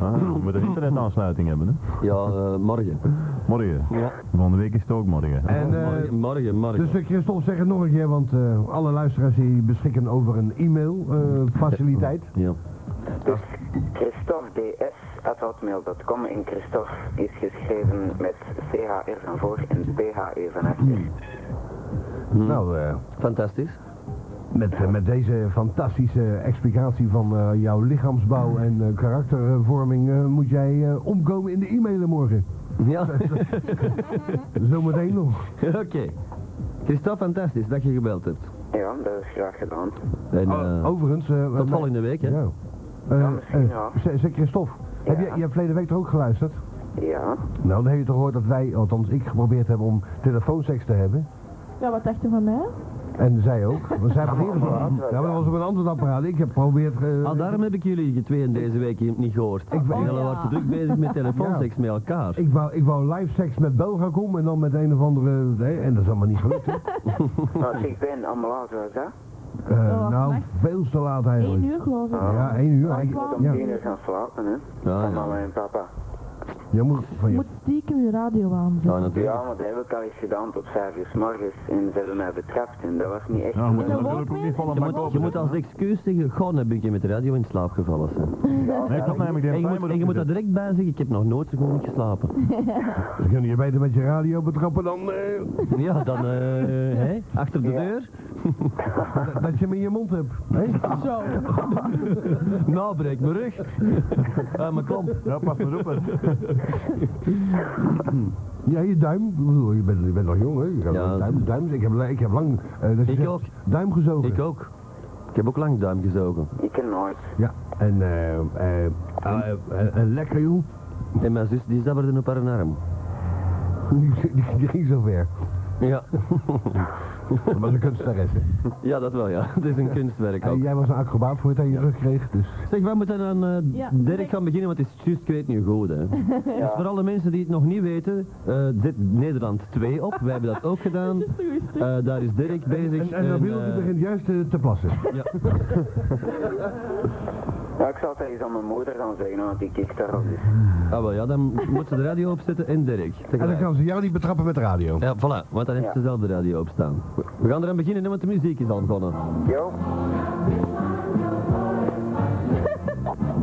S6: Ah, we moeten een internetaansluiting hebben, hè.
S5: Ja, eh, morgen.
S6: Morgen.
S5: Ja.
S6: Volgende week is het ook morgen.
S1: En, eh,
S5: morgen, morgen, morgen.
S1: dus eh, Christophe, zeg het nog een keer, want eh, alle luisteraars die beschikken over een eh, e-mail-faciliteit.
S5: Ja.
S7: Dus Christophe DS at hotmail.com en Christophe is geschreven met CHR van voor en PHE van
S5: Mm.
S7: achter.
S5: Mhm.
S1: Nou, eh,
S5: Fantastisch.
S1: met, eh, met deze fantastische explicatie van eh, jouw lichaamsbouw en eh, karaktervorming eh, moet jij eh, omkomen in de e-mailen morgen.
S5: Ja, [laughs]
S1: Zometeen nog.
S5: oké. Christophe, fantastisch dat je gebeld hebt.
S7: Ja, dat is graag gedaan.
S5: En,
S1: O-
S5: eh,
S1: Overigens... eh,
S5: tot
S1: eh,
S5: volgende week, hè.
S1: Ja.
S7: Ja,
S1: Eh,
S7: misschien
S1: eh,
S7: wel.
S1: zeg- zeg Christophe,
S7: Ja.
S1: heb je, je hebt verleden week toch ook geluisterd?
S7: Ja.
S5: [laughs]
S1: Nou, dan heb je toch gehoord dat wij, althans ik, geprobeerd hebben om telefoonseks te hebben.
S4: Ja, wat dacht je van mij?
S1: En zij ook. Want zij had eerder gehad. Ja, maar dat was op een ander apparaat. Ik heb geprobeerd... eh,
S5: Ah, daarom heb ik jullie tweeën deze week hier niet gehoord. Ik
S1: ben-
S5: jullie waren te druk bezig met telefoonseks met elkaar.
S1: ik, wou, ik wou live seks met Bel gaan komen en dan met een of andere... Nee, en dat is allemaal niet gelukt,
S4: [laughs]
S1: hè?
S7: Nou, ik ben allemaal laat was dat.
S1: Eh,
S4: Oh,
S1: nou,
S4: wacht.
S1: veel te laat
S4: 1
S1: eigenlijk.
S4: uur geloof ik.
S1: Ja, één uur.
S7: Maar ik
S1: eigenlijk.
S7: moet om
S1: ja,
S7: tien uur gaan slapen, hè.
S5: Ja,
S7: Van
S5: ja.
S7: mama en papa.
S1: jij moet van
S4: Je
S1: je...
S4: moet stiekem je radio aanzetten.
S5: Ja, natuurlijk.
S7: Ja, maar dat heb ik al eens gedaan tot vijf uur s morgens. En ze hebben mij betrapt en dat was niet echt...
S6: Ja, we moeten
S4: dat
S6: natuurlijk ook
S4: woord
S6: niet
S4: weer?
S6: vallen
S5: Je
S6: maar
S5: moet, je moet als excuus zeggen, goh, dan ben ik hier met de radio in slaap gevallen. zijn."
S6: Nee, klopt namelijk. die
S5: En je
S6: timer
S5: moet, en je moet daar
S6: opgezet.
S5: direct bij zeggen, ik heb nog nooit zo goed niet geslapen.
S1: Dan kun je beter met je radio betrappen dan... eh,
S5: [laughs] Ja, dan, eh, hè, achter de deur,
S1: dat- dat je hem in je mond hebt. hè?
S4: [laughs] Zo.
S5: [laughs] nou breek mijn rug, aan mijn klomp.
S6: Ja, pas maar op. hè.
S1: Ja, je duim. Ik bedoel, Je bent, je bent nog jong, hè? Je kan
S5: Ja.
S1: duim, duim, ik, heb, la- ik heb lang... eh, dat je
S5: Ik
S1: zegt,
S5: ook.
S1: Duim gezogen.
S5: Ik ook. Ik heb ook lang duim gezogen.
S7: Ik ken nooit.
S1: Ja. En, eh, eh, eh,
S5: Ah,
S1: eh, eh, lekker, joh. [laughs]
S5: En mijn zus die zabberde op haar arm.
S1: Die, die- die ging zo ver.
S5: Ja.
S1: Dat was een kunstenares, hè.
S5: ja, dat wel ja. [laughs] Het is een kunstwerk
S1: En
S5: ook.
S1: jij was een acrobaat voor je het aan je rug kreeg, dus...
S5: Zeg, wij moeten aan eh,
S4: Ja,
S5: Dirk
S4: ik-
S5: gaan beginnen, want het is juist, ik weet nu goed hè. Dus voor alle mensen die het nog niet weten, eh dit Nederland 2 op. Wij hebben dat ook gedaan. Eh, daar is Dirk bezig.
S1: En, en Nabil die
S5: eh,
S1: begint juist eh, te plassen.
S7: Ja, ik zal het eens aan mijn moeder gaan zeggen, want die kijkt daarop. Dus.
S5: Ah wel ja, dan moet ze de radio opzetten en Dirk.
S1: En dan
S5: tegelijk.
S1: kan ze jou niet betrappen met de radio.
S5: Ja, voilà, want dan heeft
S7: Ja.
S5: ze zelf de radio opstaan. We gaan eraan beginnen, hè, want de muziek is al begonnen.
S7: Yo,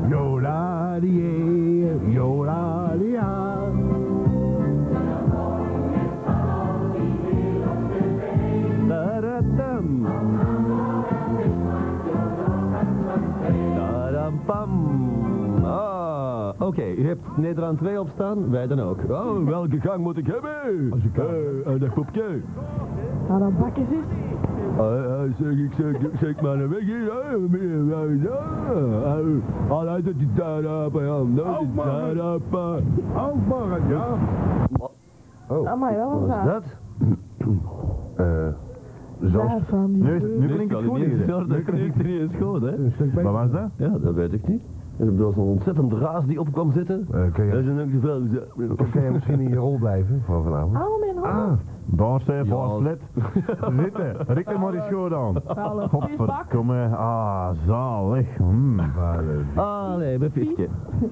S1: Yola die, yola dia.
S5: Taratam. Tarampam. Ah, oké. U hebt Nederland 2 opstaan, wij dan ook. Oh, welke gang moet ik hebben?
S1: Als ik kan.
S5: Eh, eh, dat popje.
S4: Nou, dan bakken ze eens.
S5: Eh, eh, zeg, ik zeg, ik zeg maar een weg hier. eh, meneer, ja, ja. Eh, ah, dat is die tarapa, ja, dat is tarapa.
S1: Ook maar het, ja.
S4: Amai, wat was
S5: Wat is
S4: dat?
S5: dat?
S1: Zo.
S4: Daarvan die
S6: Nu, is, nu klinkt
S5: kan ik
S6: het goed
S5: niet
S6: hier.
S5: gestoord, Dat klinkt er niet eens goed, hè?
S1: Een stuk
S6: Wat
S1: beter.
S6: was dat?
S5: Ja, dat weet ik niet. Er was een ontzettend raas die op kwam zitten.
S1: Eh, kun,
S5: Dat
S1: je,
S5: is een veel.
S1: kun jij misschien in je rol blijven van vanavond?
S4: Auw, mijn hand.
S1: Ah,
S6: Dansen,
S5: Ja. [laughs]
S6: vaarslet. Zitten. Rik er maar eens goed aan.
S4: Alle
S5: Oh,
S4: viesbak.
S6: Godverdomme. Ah, zalig. Mm.
S5: Allee, mijn fietsje.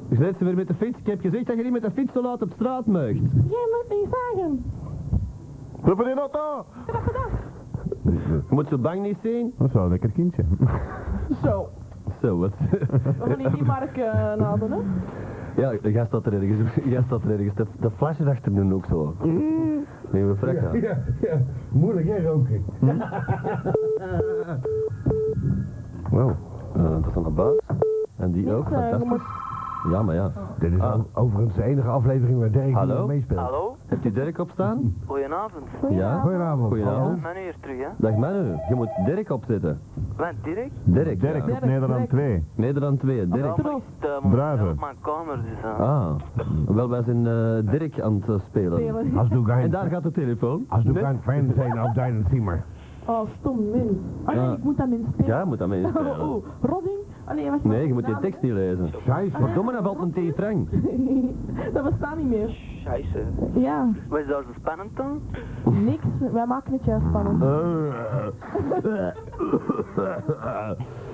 S5: Je zet ze weer met de fiets. Ik heb gezegd dat je niet met de fiets zo laat op straat mag.
S4: Jij moet niet zagen.
S6: Roepen in auto!
S5: Je moet zo bang niet zijn.
S6: Dat is wel een lekker kindje.
S4: Zo.
S5: Zo, wat?
S4: We gaan hier die mark eh, naden, hè.
S5: [laughs] Ja, de gast staat er ergens. De gast staat er ergens. De, de flesje achter doen ook zo. Nee, we frek aan.
S1: Mm. Ja, ja. Moeilijk hè, roken.
S5: Wow. Eh, dat is een baas. En die ook,
S4: Niet, eh, je
S5: fantastisch.
S4: moet-
S5: Ja, maar ja.
S1: Dit is
S5: Ah.
S1: o- overigens de enige aflevering waar Dirk
S5: Hallo?
S1: niet meespeelt.
S3: Hallo,
S5: Hebt u Dirk opstaan?
S3: goedenavond.
S4: Goeiedag.
S1: Goedenavond.
S5: Goedenavond.
S1: Hallo.
S3: Ben hier terug, hè?
S5: Dag Manu, je moet Dirk opzetten.
S3: Wat, Dirk?
S5: Dirk. ja.
S6: Dirk
S4: Dirk,
S6: op Nederland
S4: Dirk.
S6: 2.
S5: Nederland 2, Dirk.
S3: Ja, maar ik zit, eh,
S6: Druiven.
S3: momenteel op mijn kamer, dus... eh.
S5: Ah, wel, wij zijn eh, Dirk aan het eh, spelen.
S4: Spelen.
S1: Als doe
S5: En
S1: geen,
S5: daar gaat de telefoon.
S1: als doe
S5: Net-
S1: geen fan zijn nou, op Dylan Seymour.
S4: Oh, stom mens. Oh nee,
S5: Ja.
S4: ik moet dat mens
S5: Ja, je moet dat mee
S4: Oh,
S5: spelen.
S4: oh, Rodding? Oh nee, was
S5: Nee, je moet die tekst niet lezen.
S1: Zij is
S5: Verdomme, dan valt een T-Frank.
S4: dat bestaat niet meer.
S3: Scheisse.
S4: Ja,
S3: Wat is daar zo spannend dan?
S4: niks. Wij maken het juist spannend.
S5: Eh.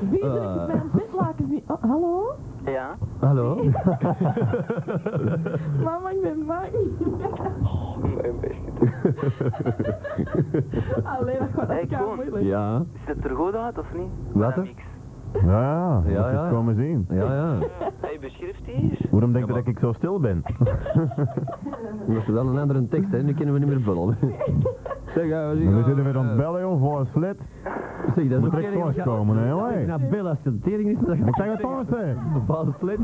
S4: Wie ben
S5: Eh.
S4: ik met mijn pitlakens niet... Oh, hallo?
S3: Ja.
S5: Hallo?
S4: Mama, ik ben
S5: [laughs]
S4: bang. Alleen dat gaat
S3: Hey,
S4: echt
S3: Koen.
S4: moeilijk.
S5: Ja,
S3: Ziet het er goed uit of niet?
S5: Wat, hè?
S3: Niks.
S6: Ja,
S5: Ja,
S6: ja. Dat
S5: ja.
S6: is komen zien.
S5: ja, ja.
S3: Hey, beschrift hier.
S6: Waarom denk je dat ik zo stil ben?
S5: Dat is wel een andere tekst, hè. Nu kunnen we niet meer vullen. Zeg, ja, we zien-
S6: We zitten weer aan het bellen, joh, voor een slet.
S5: Zeg, dat is
S6: Moet
S5: ook
S6: direct
S5: erg.
S6: thuiskomen, hè,
S5: Ja,
S6: hoor.
S5: ik naar Bill, als je de tering is, dan ga
S6: Ik
S5: ik
S6: zeg het toch eens,
S5: een bepaalde slit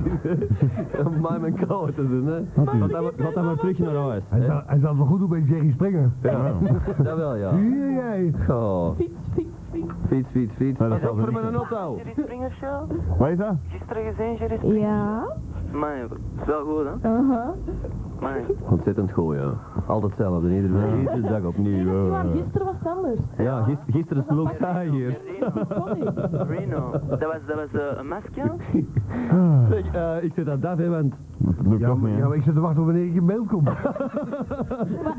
S5: om mij mijn kou te doen, hè. Gaat dat maar- Gaat dat maar terug naar huis,
S1: Hij
S5: hè.
S1: zal, hij zal wel goed doen bij Jerry Springer.
S6: Ja.
S5: Dat wel, ja.
S1: Hier jij.
S5: Goh,
S4: Fiets, fiets, fiets.
S5: fiets, fiets, fiets.
S6: Nee, dat
S5: Pas
S6: zal
S5: op
S6: ze
S5: voor
S6: niet
S5: mijn auto.
S3: Jerry Springer Show.
S6: Wat is dat?
S3: Gisteren gezien, Jerry Springer.
S4: Ja,
S3: Maar het is wel goed, hè?
S4: uh-huh.
S3: Maar
S5: Ontzettend goed, ja. Altijd hetzelfde, iedere, iedere dag opnieuw.
S4: Nee,
S5: ja.
S4: maar Oh, gisteren was het anders.
S5: Ja, gis- gisteren sloeg hij hier.
S3: Reno. Reno. Dat was, dat was eh, een masker.
S5: Zeg, eh, ik zit aan Daf, hè, want...
S6: Dat lukt
S1: Ja,
S6: toch
S1: maar,
S6: niet,
S1: ja,
S6: hè?
S1: maar ik zit te wachten op wanneer ik in beeld kom.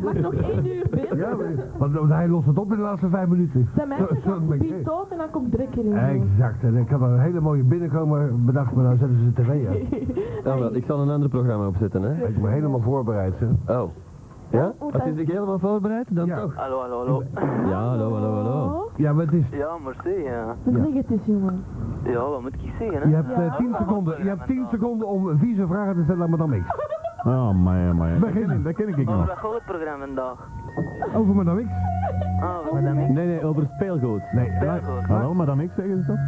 S4: Mag, mag nog één uur binnen?
S1: Ja, maar- want, want hij lost het op in de laatste vijf minuten.
S4: Zijn mensen
S1: Zo- zo
S4: gaan
S1: ben ik-
S4: die dood en dan komt Drek erin.
S1: Exact, en ik had een hele mooie binnenkomer bedacht, maar nou zetten ze de tv uit.
S5: Ja, wel, ik zal een ander programma opzetten, hè.
S1: Ik ben helemaal voorbereid, hè.
S5: Oh. Ja? Als je zich helemaal voorbereid, dan
S1: Ja.
S5: toch.
S3: Hallo, hallo, hallo. [laughs]
S5: Ja, hallo, hallo, hallo.
S1: Ja, maar het is,
S3: Ja, merci, ja.
S4: Dus zeg het eens, jongen.
S3: Ja, wat moet ik zeggen, hè?
S1: je hebt eh, 10 seconden, je hebt 10 seconden om vieze vragen te stellen, maar dan niks.
S6: Ah, Oh, man, man. Dat ken ik- dat ken ik
S3: Over
S6: nog.
S3: wat gaat het programma vandaag?
S1: Over maar dan niks.
S3: Ah,
S11: Nee, nee, over speelgoed.
S1: Nee,
S11: speelgoed.
S6: Ah, wel, madame X zeggen ze toch?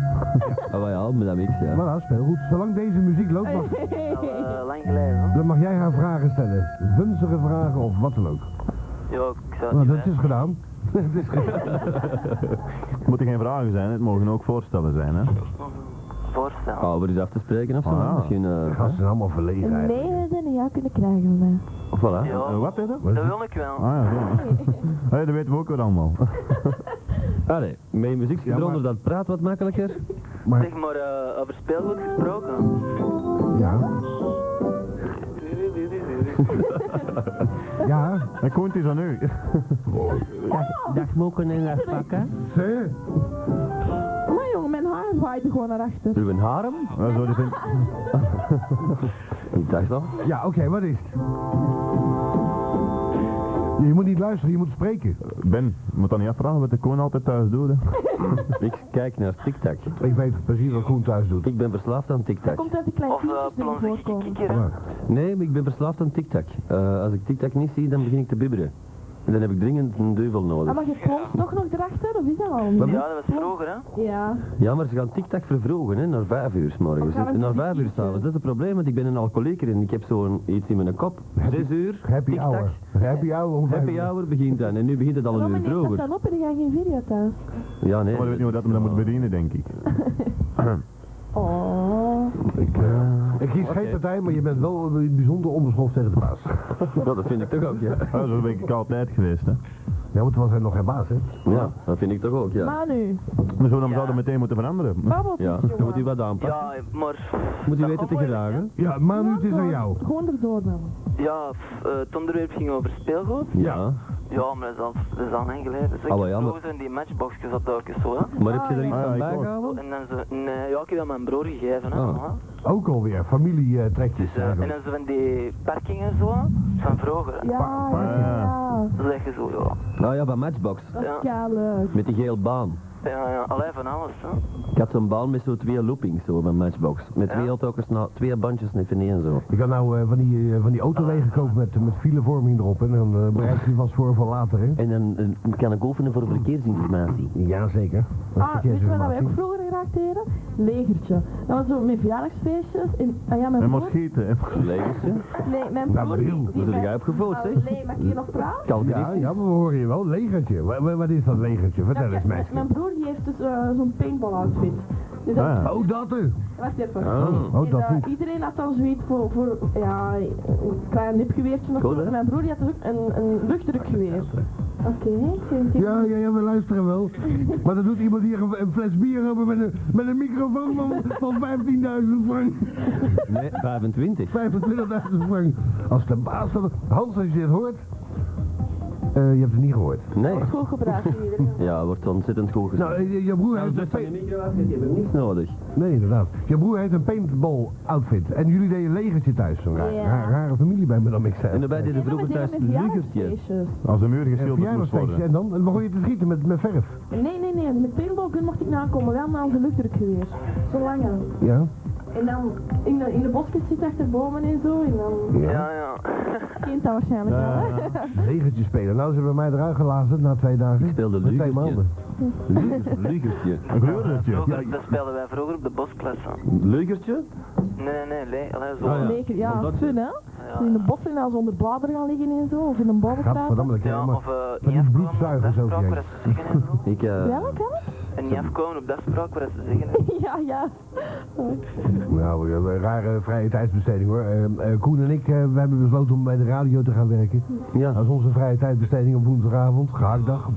S11: Ah, maar ja, madame X, ja.
S1: Maar speel goed. Zolang deze muziek loopt, mag,
S3: eh, lang geleden.
S1: dan mag jij haar vragen stellen. Vunzige vragen of wat dan ook.
S3: Ja, ik zou
S1: Nou, dat is gedaan. Dat is gedaan.
S6: Het moeten geen vragen zijn, het mogen ook voorstellen zijn, hè?
S3: voorstellen.
S5: Oh, we is af te spreken of zo.
S6: Ah.
S5: Misschien, eh,
S1: Gasten allemaal verlegen
S4: Een
S1: eigenlijk.
S4: nee en een ja kunnen krijgen van mij.
S5: voilà.
S6: Eh, wat is dat?
S1: Wat is dit?
S3: wil ik wel.
S6: Ah ja,
S5: [laughs]
S6: zo. Hé, dat weten we ook weer allemaal.
S5: Allee, met je muziek
S1: Ja, maar-
S5: eronder, dat praat wat makkelijker.
S1: Maar
S3: Zeg maar, eh, over speelgoed gesproken.
S1: ja, ja.
S6: En komt is aan
S5: [laughs]
S6: u.
S5: Dag mokken en dag pakken.
S1: Zeg,
S4: Maar jongen, mijn haar waait er gewoon naar achter.
S5: Ruben Harem?
S6: Ah, zo, die vindt...
S5: Ik dacht wel.
S1: Ja, oké, wat is het? Je moet niet luisteren, je moet spreken.
S6: Ben, je moet dan niet afvragen wat de koon altijd thuis doet, hè?
S5: Ik kijk naar TikTok.
S1: Ik weet precies wat Koen thuis doet.
S5: Ik ben verslaafd aan
S4: Dat
S5: TikTok.
S4: komt uit die kleine
S3: Of eh,
S4: kindjes die er
S3: plonzig
S4: voorkomen.
S3: kikker.
S1: Maar,
S5: Nee, maar ik ben verslaafd aan TikTok. Eh, als ik TikTok niet zie, dan begin ik te bibberen. En dan heb ik dringend een duivel
S4: Ah,
S5: nodig.
S4: maar je plonst toch nog erachter, of is dat al niet?
S3: Ja, dat was vroeger, hè?
S4: Ja.
S5: Ja, maar ze gaan TikTok vervroegen, hè, naar vijf uur 's morgens.
S4: Of gaan we
S5: Naar
S4: muziek
S5: vijf uur s'avonds. Dat is het probleem, want ik ben een alcoholieker en ik heb zo'n iets in mijn kop. Zes uur,
S1: happy
S5: TikTok.
S1: hour. Happy hour. om vijf
S5: Happy
S1: uur.
S5: hour begint dan. En nu begint het al een
S4: Waarom
S5: uur
S4: neemt dat
S5: vroeger.
S4: dan op en dan ga je geen video thuis?
S5: Ja, nee.
S6: Maar ik weet niet hoe dat hem dat moet bedienen, denk ik.
S4: Oh.
S1: Ik, eh, ik kies geen partij, maar je bent wel een bijzonder onbeschoft tegen de baas.
S5: Ja, [laughs] dat vind ik toch ook, ja.
S6: Ah, zo ben ik altijd geweest, hè.
S1: Ja, want er was hij nog geen baas, hè?
S5: Ja, dat vind ik toch ook, ja.
S4: Manu,
S6: Dus waarom zou dat meteen moeten veranderen?
S4: babbeltjes,
S5: Ja,
S4: jongen.
S5: dan moet hij wat aanpakken.
S3: Ja, maar...
S5: Moet hij
S3: dat
S5: weten
S3: gaat
S5: te
S3: moeilijk,
S5: gedragen.
S1: Ja, maar nu het is aan jou.
S4: Gewoon erdoor dan.
S3: hè. Ja, f- eh, het onderwerp ging over speelgoed.
S5: Ja.
S3: Ja, maar dat is al, dat is al lang geleden. Dus ik
S5: Ah, wel, ja,
S3: heb
S5: maar-
S3: vroeger zo die matchboxjes op dorpjes zo, hè.
S5: Maar heb je er iets
S6: Ah, ja,
S5: van
S6: ik ook.
S5: bijgehouden?
S3: En dan zo... Nee, ja, ik heb dat mijn broer gegeven, hè.
S5: Ah.
S3: allemaal.
S1: Ook alweer, familietrekjes
S3: Dus, eh, en
S1: eigenlijk.
S3: dan zo van die parkingen zo, van vroeger. hè.
S4: Ja, ja, ja.
S3: Dan zeg je zo, ja.
S5: Nou ja, bij Matchbox.
S4: Dat is
S3: Ja.
S4: ja leuk.
S5: Met die geel baan.
S3: Ja, ja, allee, van alles, hè.
S5: Ik had zo'n baan met zo'n twee loopings, zo, bij Matchbox. Met twee
S3: Ja.
S5: autokers, na, twee bandjes net in één, zo.
S1: Je kan nou eh, van, die, eh, van die autowegen kopen met, met filevorming erop en dan eh, bereik je vast voor voor later, hè?
S5: En dan eh, kan ik oefenen voor verkeersinformatie.
S1: Jazeker. Dat is
S4: Ah, weet je wat wij ook
S1: verkeersinformatie.
S4: vroeger geraakt deden? Legertje. Dat was zo met verjaardagsfeestjes en... Ah ja, mijn
S6: En
S4: broer...
S6: maar schieten, hè.
S5: Legertje?
S4: Nee, mijn broer...
S1: Gabriel,
S4: die-
S1: wat
S4: die
S5: heb
S4: mijn-
S5: jij opgevoerd, zeg?
S4: Allee, mag ik hier nog praten?
S1: Ja,
S5: Calvinist?
S1: ja, maar we horen je wel. Legertje. Wa- wa- Wat is dat legertje? Vertel
S4: Ja,
S1: eens,
S4: Nou, ja, mijn-
S1: meisje.
S4: Mijn broer die heeft dus eh, zo'n paintball outfit. Dus dat,
S6: Ah.
S1: Oh, dat hè?
S4: Wacht even.
S5: Oh.
S1: Oh,
S4: En,
S1: dat
S4: eh,
S1: niet.
S4: iedereen had dan zoiets voor, voor ja, een klein nipgeweertje of
S5: Goed,
S4: zo.
S5: hè?
S4: En mijn broer die had dus ook een, een luchtdrukgeweer. Oké, geen zin.
S1: Ja, ja, ja, we luisteren wel. Maar dan doet iemand hier een, een fles bier open met een, met een microfoon van, van 15.000 frank.
S5: Nee, 25.
S1: 25.000 frank. Als de baas dat... Hans, als je dit hoort... eh, je hebt het niet gehoord.
S5: Nee.
S1: [laughs]
S4: Goed gebruikt door iedereen.
S5: Ja, wordt ontzettend goed gezien.
S1: Nou, eh, je, je broer heeft een... paint-
S6: Nou,
S5: niks nodig.
S1: Nee, inderdaad. Je broer heeft een paintball outfit. En jullie deden legertje thuis. Zo'n raar,
S4: Ja.
S1: raar- rare familie bij me dan ik zei.
S5: En daarbij
S4: Nee,
S5: deden
S4: maar
S5: vroeger
S4: we
S5: thuis
S4: deden met
S5: vliegertjes.
S4: verjaardagsfeestjes.
S6: Als een muur
S1: Een
S6: geschilderd moest
S1: verjaardagsfeestje
S6: worden.
S1: en dan? En begon je te schieten met, met verf.
S4: Nee, nee, nee. Met paintballgun mocht ik nakomen. Wel naar onze luchtdrukgeweer. Zo lang. hè.
S1: Ja.
S4: En dan in de, in de bosjes zit achter bomen en zo. En dan
S3: Ja, ja.
S4: kent dat waarschijnlijk wel, hè?
S1: Legertje spelen. Nou, ze hebben mij eruit gelaten na twee dagen.
S5: Ik speelde
S1: Met twee
S5: lugertje.
S1: maanden.
S5: Luger- Lugertje. [laughs]
S6: Een kleurtje.
S3: Vroeger, Dat speelden wij vroeger op de bosklasse.
S5: Lugertje?
S3: Nee, nee, nee, nee, allee, zo.
S5: Ah, ja.
S4: Zeker, ja.
S5: Want dat-
S4: Fun, hè?
S3: Ja,
S4: In de bossen en als onder bladeren gaan liggen en zo. Of in een boom
S1: Gadverdamme, dat kan
S3: Ja,
S1: helemaal-
S3: of eh
S1: die
S3: niet afkomen op dat
S1: bloedzuigers ook,
S3: spraak
S1: ja.
S3: waar ze zeggen en zo.
S5: Ik, eh,
S4: Welk, hè?
S3: En niet afkomen op dat spraak waar ze zeggen. hè.
S4: Ja, ja.
S1: Nou, eh, een rare vrije tijdsbesteding hoor. Eh, eh, Koen en ik, eh, we hebben besloten om bij de radio te gaan werken.
S5: Ja.
S1: Dat is onze vrije tijdsbesteding op woensdagavond, gehaktdag.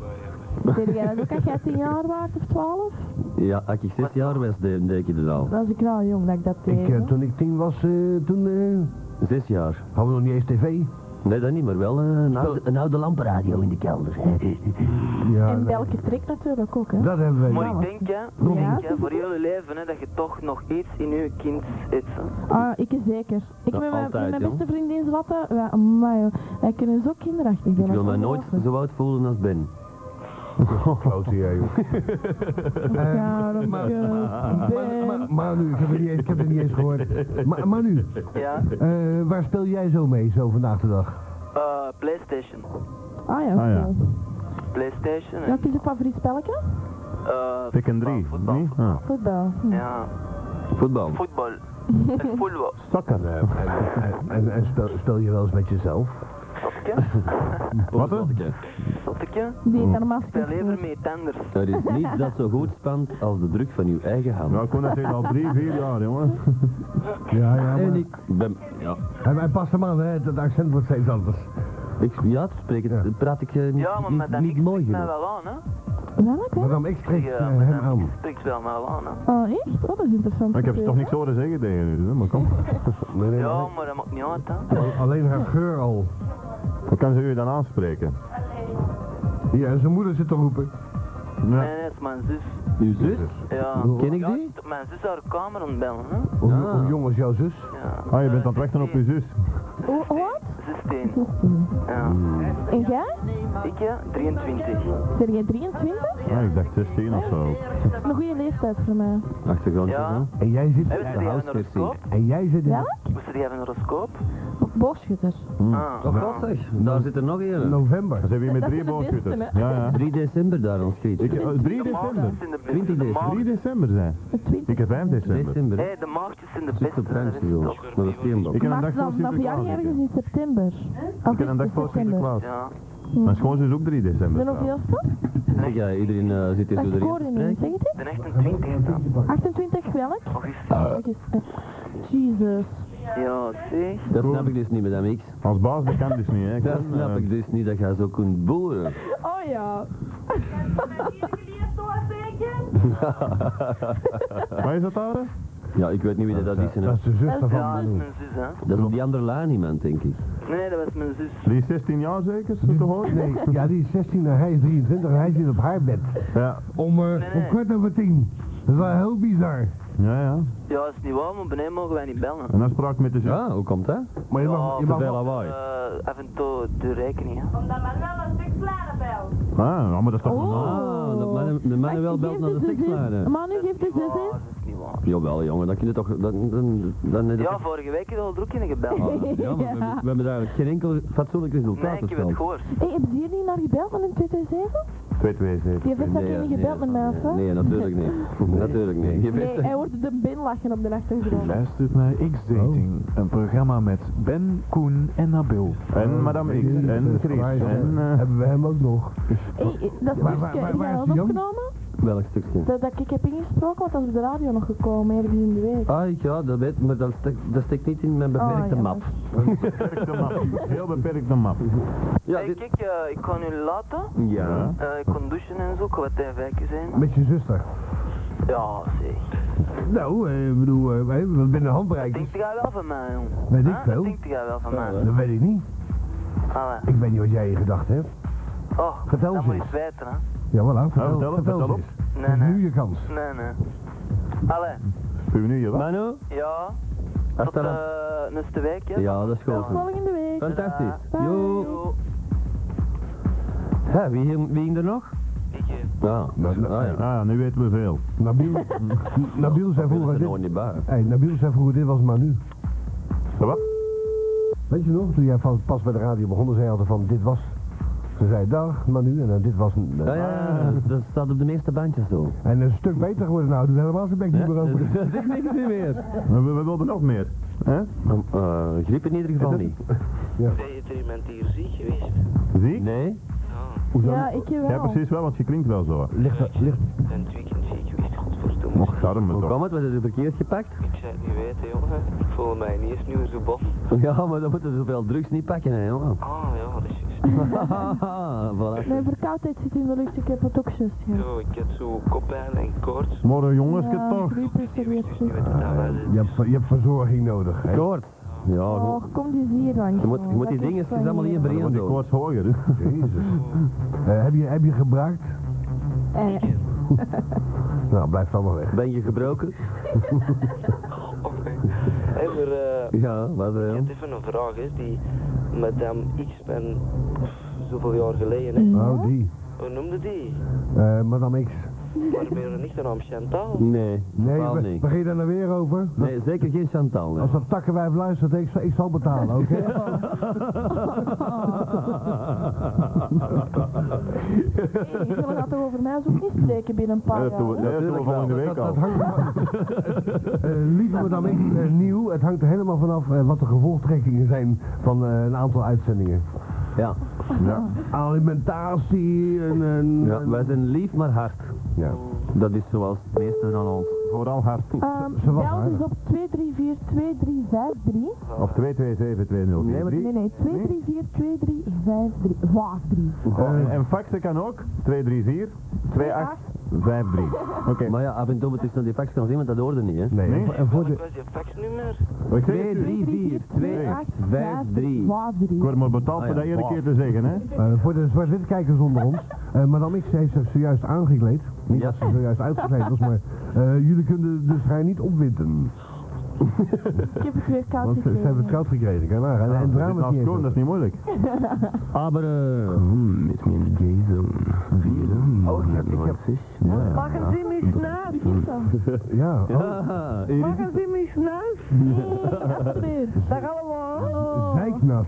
S4: Deed jij dat ook als jij tien jaar waard of twaalf?
S5: Ja, als ik zes jaar was, de- deed ik het al.
S4: Dat was ik wel jong dat ik dat deed.
S1: Ik,
S4: hè.
S1: eh, toen ik tien was, eh, toen eh,
S5: Zes jaar.
S1: hadden we nog niet eens tv.
S5: Nee, dat niet, maar wel eh, een oude, een oude lampenradio in de kelder.
S1: Ja,
S4: en
S1: nee.
S4: welke trick natuurlijk ook, hè?
S1: dat hebben we
S3: Maar ik
S1: niet.
S3: denk, hè,
S4: Ja.
S3: ik denk, hè, voor jullie leven, hè, dat je toch nog iets in je kind zit. hè.
S4: Ah, ik zeker. Ik
S5: Ja,
S4: met mijn,
S5: altijd,
S4: met mijn
S5: joh.
S4: beste vriendin Zwatte, wij, amai, joh. wij kunnen zo kinderachtig zijn.
S5: Ik wil
S4: dat
S5: mij
S4: is
S5: nooit
S4: ongelooflijk.
S5: zo oud voelen als Ben.
S1: Klote, ja,
S4: [laughs]
S1: joh. Eh,
S4: Ja, dat
S1: maar-
S4: ik, eh,
S1: maar,
S4: ben-
S1: maar, maar nu, ik heb het niet eens, ik heb het niet eens gehoord. Maar, maar nu,
S3: Ja,
S1: eh, waar speel jij zo mee, zo vandaag de dag?
S3: Eh Playstation.
S4: Ah ja,
S6: Ah, ja.
S4: oké.
S12: Playstation.
S4: Wat is je favoriet spelletje?
S12: Eh,
S6: Tekken 3, niet? Ah.
S4: Voetbal. Hm.
S12: ja,
S6: Voetbal.
S12: voetbal. En voetbal.
S6: Sokken.
S1: En, eh, en, en, en speel, speel je wel eens met jezelf?
S6: Wat? hè?
S12: Zotteke.
S4: Die
S5: Oh.
S4: heeft daar een
S12: Speel
S4: masker
S12: even mee tenders.
S5: Er is niets dat zo goed spant als de druk van uw eigen hand.
S6: Nou, ik kon dat zeggen al drie, vier jaar, jongen.
S1: Ja, ja.
S5: En
S1: Maar,
S5: ik ben... Ja,
S1: en, en pas hem aan, hè, het accent wordt steeds anders.
S5: ik, ja het spreek het, praat ik eh, niet,
S12: Ja, maar
S5: niet,
S12: met dat
S5: niet
S12: ik
S5: mooi
S12: spreek mij
S5: genoeg.
S12: wel aan, hè.
S4: Welke?
S1: Madame, ik spreek
S12: Ja,
S1: eh,
S12: maar
S1: hem aan.
S12: Ik spreek wel mij wel aan, hè.
S4: Oh, echt? Oh, dat is interessant.
S6: Maar ik heb ze
S4: Oké.
S6: toch niks horen zeggen tegen u, hè? maar kom.
S1: Nee, nee,
S12: Ja,
S1: alleen,
S12: maar dat maakt niet uit, hè.
S1: al- alleen haar geur al.
S6: Hoe kan ze u dan aanspreken?
S1: Hier, en zijn moeder zit te roepen.
S12: Nee,
S6: Ja.
S12: nee, het is mijn zus.
S5: Uw zus?
S12: Ja.
S5: Ken ik
S12: Ja,
S5: die?
S12: t- Mijn zus haar kamer ontbellen, hè.
S1: Hoe,
S5: Ah.
S1: hoe jong is jouw zus?
S12: Ja.
S6: Ah, je bent aan het wachten op uw zus.
S4: Hoe oud?
S12: 16.
S4: 16.
S12: Ja.
S4: En jij?
S12: Ik, ja, 23.
S4: Ben jij 23?
S6: Ah, ik dacht 16 of zo.
S4: Dat is een goede leeftijd voor mij.
S5: Achtergrondje
S12: Ja.
S5: dan?
S1: En jij zit,
S12: Hebben ze een horoscoop?
S1: en jij zit in...
S4: Welk?
S12: Moest er even een horoscoop?
S4: Boogschutter.
S12: Ah,
S5: Oh
S12: ja.
S5: god zeg, daar zit er nog een.
S6: Dan
S1: November.
S6: zijn we hier met
S4: Dat
S6: drie
S4: is de
S6: boogschutters.
S4: beste,
S6: Ja, ja.
S5: 3 december daar ons schiet.
S6: Ik, eh, 3
S12: De
S6: december.
S12: maagdjes zijn de beste.
S5: 20
S12: De
S5: december.
S12: maag-
S6: 3 december zijn.
S4: De 20.
S6: Ik heb 5 december.
S5: december. hè?
S12: Hé, de maagjes zijn de
S5: Ik zit
S12: beste.
S5: op ruimte, joh.
S12: toch?
S5: Maar dat is geen blok.
S6: Ik heb een
S4: Maar
S6: dag voor
S4: dan, dan verjaar je
S6: Sinterklaas.
S4: ergens in september.
S6: Ik heb een dag voor Sinterklaas.
S12: Ja.
S6: Mijn schoonzus is ook 3 december.
S4: De hoeveelste?
S5: Zeg, ja, iedereen eh, zit hier
S4: Dat
S5: zo
S4: ik
S5: erin
S4: hoorde
S5: te
S4: je niet,
S5: spreken.
S4: zeg het eens.
S12: De 28
S4: 28 welk?
S12: augustus.
S5: Ah.
S4: Augustus. Jezus.
S12: Ja, zie.
S5: Dat snap ik dus niet, madame X.
S6: Als baas, dat kan dus niet, hè. Ik
S5: Dat
S6: ben,
S5: snap
S6: eh,
S5: ik dus niet, dat jij zo kunt boeren.
S4: Oh ja.
S6: Waar is dat daar? hè?
S5: Ja, ik weet niet wie dat is. hè.
S1: Dat is de zus
S4: Dat is
S1: daarvan.
S12: Ja, dat is mijn zus, hè.
S5: Dat is op die andere laan iemand, denk ik.
S12: Nee, dat was mijn zus.
S6: Die is 16 jaar zeker, zo te horen?
S1: Nee, ja, die is 16 en hij is 23 en hij zit op haar bed.
S6: Ja,
S1: Om, eh,
S12: Nee, nee.
S1: om kwart over tien. Dat is wel heel bizar.
S6: ja, ja.
S12: Ja, dat is niet waar, maar beneden mogen wij niet bellen.
S6: Een afspraak met de zus.
S5: Ja, hoe komt dat?
S1: Maar je mag, je
S12: Ja,
S1: mag
S6: vertel
S1: wel-
S6: haar
S12: Eh, af en toe de rekening, hè.
S13: Omdat Manuel een stuk kleiner belt.
S6: Ah, maar dat is toch
S14: Oh.
S6: normaal?
S5: Ah,
S4: Oh.
S5: dat mannen- de mannen wel belt naar de sekslaren.
S4: Manu geeft de
S12: niet
S4: zus
S12: waar,
S4: in.
S12: dat is niet waar.
S5: Jawel, jongen, dat kun je toch... Dan, dan, dan, dan,
S12: Ja, vorige week heb je al druk in gebeld.
S5: Ah, ja, maar
S12: [laughs]
S5: we, hebben- we hebben daar eigenlijk geen enkel fatsoenlijk
S12: Nee,
S5: resultaat
S12: ik heb het
S5: bestand.
S12: gehoord.
S4: Hé, hey, hebben ze hier niet naar gebeld met een 227?
S6: 227.
S4: Die
S12: Dus
S4: heeft dat hier niet gebeld met mij, of wat?
S5: Nee, natuurlijk
S12: [laughs]
S5: niet. Natuurlijk niet. Je
S4: Nee,
S5: weet-
S4: hij hoort de bin lachen op de achtergrond.
S14: Luistert naar
S1: Oh.
S14: X-Dating, een programma met Ben, Koen en Nabil.
S6: En madame X, en Griet,
S1: Maar, eh,
S6: en... eh,
S1: Hebben we hem ook nog?
S4: Hé, hey,
S1: waar-
S4: dat stukje,
S1: waar-
S4: heb
S1: waar
S4: jij
S1: is
S4: dat
S1: die jong?
S4: opgenomen?
S5: Welk stukje?
S4: Dat, dat ik heb ingesproken, want dat is op de radio nog gekomen, ergens in de week.
S5: Ah, ik- ja, dat weet maar dat steekt, dat steekt niet in mijn
S12: Oh,
S5: beperkte
S4: jammer.
S5: map.
S6: beperkte map. Heel beperkte map.
S5: Ja,
S12: Hey,
S5: dit...
S12: kijk, eh, ik kan jullie laten.
S5: Ja.
S12: Eh, ik kon douchen en zo, ik kan wat tv zijn.
S1: Met je zuster.
S12: Ja, zeg.
S1: Nou, eh, ik bedoel, eh, wij- we binnen handbereik.
S12: Denkt jij wel van mij, jong?
S1: Weet ik
S12: Huh?
S1: veel.
S12: Denkt jij wel van mij?
S1: Dat weet ik niet.
S12: Allee.
S1: Ik weet niet wat jij in gedachten hebt.
S12: Oh,
S1: Vertel
S12: dat
S1: eens.
S12: moet je eens weten, hè.
S1: Ja, voilà.
S6: Nou, vertel het, vertel
S1: eens.
S6: op.
S1: Het
S12: Nee,
S1: is
S12: nee.
S1: Nu je kans.
S12: Nee, nee. Allee,
S6: Doe nu je wat?
S5: Manu?
S12: ja. Tot
S5: Hasta la...
S12: eh, nächste week, hè.
S5: Ja, dat is goed.
S12: Ja.
S4: Volgende week.
S5: Fantastisch.
S4: Bye.
S5: Jo.
S12: Yo.
S5: Hè, wie, ging- wie ging er nog?
S12: Ik, eh,
S5: Ja.
S1: Nou, nou,
S5: Ah, ja.
S6: Ah, ja, nu weten we veel.
S1: Nabil,
S12: [laughs]
S1: Nabil zei
S5: Wil het
S1: vroeger
S5: er
S1: dit.
S5: nog niet bij.
S1: Hey, Nabil zei vroeger dit was Manu.
S6: Wat?
S1: Weet je nog, toen jij van- pas bij de radio begonnen, zei je altijd van dit was. Ze zei dag Manu en dan dit was. een-
S5: Ja, ja, ja, dat staat op de meeste bandjes zo.
S1: En een stuk beter geworden nou, doe helemaal zijn bek niet meer open.
S5: [laughs] Dat is niks meer.
S6: We, we wilden nog meer. hè?
S5: Eh, griep in ieder geval niet.
S3: Ben je er iemand hier ziek geweest?
S6: Ziek?
S5: Nee?
S1: Hoezo?
S4: Ja, ik
S6: Ja,
S4: wel.
S6: precies wel, want je klinkt wel zo.
S1: Ligt dat, ligt,
S3: Ik ben het weekend ziek geweest, godverdomme.
S6: Och, charme
S5: Hoe
S6: toch.
S5: kwam het? Was het er verkeerd gepakt?
S3: Ik zou het niet weten, jongen. Ik voel mij niet eens nieuw zo bof.
S5: Ja, maar dan moeten ze zoveel drugs niet pakken, hè, [laughs] jongen.
S3: Ah, ja, dat is juist.
S5: [laughs] voilà.
S4: Mijn verkoudheid zit in de lucht, ik heb wat ook zus. Ja.
S3: Zo, ik heb zo koppijn en koorts.
S6: Morgen jongens,
S4: Ja,
S6: toch.
S4: griep is er weer
S3: Ik weet
S4: terug.
S3: het nou wel.
S1: je, hebt, ver- je hebt verzorging nodig. Hè?
S5: Koorts. Ja, goed.
S4: Och, kom dus hier langs.
S5: Je moet, je
S4: jongen,
S5: moet die
S4: dat is
S5: dingetjes
S4: van
S5: allemaal in
S4: hier.
S5: je dus. brein
S6: Dan wordt die
S5: doen.
S6: koorts hoger. hè.
S5: [laughs]
S1: Jezus. Eh, heb, je, heb je gebruikt?
S4: Eh,
S1: Nou, blijf dan maar weg.
S5: Ben je gebroken?
S3: Oké. Hé, maar eh,
S5: Ja, wat
S3: ik
S5: wel.
S3: heb even een vraag, hè. Die madame X ben pff, zoveel jaar geleden, hè.
S1: Oh, die.
S3: Hoe noemde die?
S1: Eh, Madame X.
S3: Maar ben je niet de naam Chantal?
S5: Nee, Oh.
S1: Nee,
S5: bepaald
S1: be-
S5: niet.
S1: begin je daar nou weer over?
S5: Nee, zeker geen Chantal. nee.
S1: Als dat takkenwijf luistert, ik, zal- ik zal betalen, oké?
S5: [laughs]
S4: Jullie gaan toch over mij zo niet spreken binnen een paar
S6: dat doen Eh, we,
S4: jaar.
S6: nee, dat doen we volgende week al.
S1: Eh, lieve madame, ik, eh, nieuw. Het hangt er helemaal vanaf eh, wat de gevolgtrekkingen zijn van eh, een aantal uitzendingen.
S5: Ja.
S1: Ja. Alimentatie en... en
S5: ja, wij zijn lief maar hard. Ja. Dat is zoals de meesten aan ons.
S6: Vooral hard.
S4: Ehm, Bel dus op 234-2353.
S6: Of 227220.
S4: Nee, nee, 234-2353. Waag 3.
S6: Oh,
S1: Oh.
S6: en, en faxen kan ook. 234 2853. Oké.
S5: Maar ja, af en toe moet ik naar die fax kan zien, want dat hoorde niet, hè?
S6: Nee.
S1: En eh, voor de...
S3: je faxnummer?
S6: Wat zeg je?
S5: 234-2853.
S4: Waag 3.
S6: Ik word maar betaald
S5: Ah,
S1: Oh
S6: voor
S5: ja.
S6: dat iedere keer
S5: Wow.
S6: te zeggen, hè?
S1: Eh, voor de zwart-wit kijkers onder ons, eh, Madame X heeft zich zojuist aangekleed. Niet dat ze zojuist uitgekleed was, maar eh, jullie kunnen de schijn niet opwinden.
S4: Ik eh, heb het weer koud
S1: Want ze, ze
S4: gekregen.
S1: hebben het koud gekregen, kijk maar. En, en het
S6: Dit
S1: raam is niet
S6: afkomen,
S1: eens
S6: dat is niet moeilijk. Hmm,
S5: Aber, met mijn Jason.
S15: Machen Sie mich nass.
S1: open. Ja, oh,
S5: [laughs] Ja,
S15: Machen Sie mich nass. Dag allemaal.
S4: Oh.
S1: zeiknat.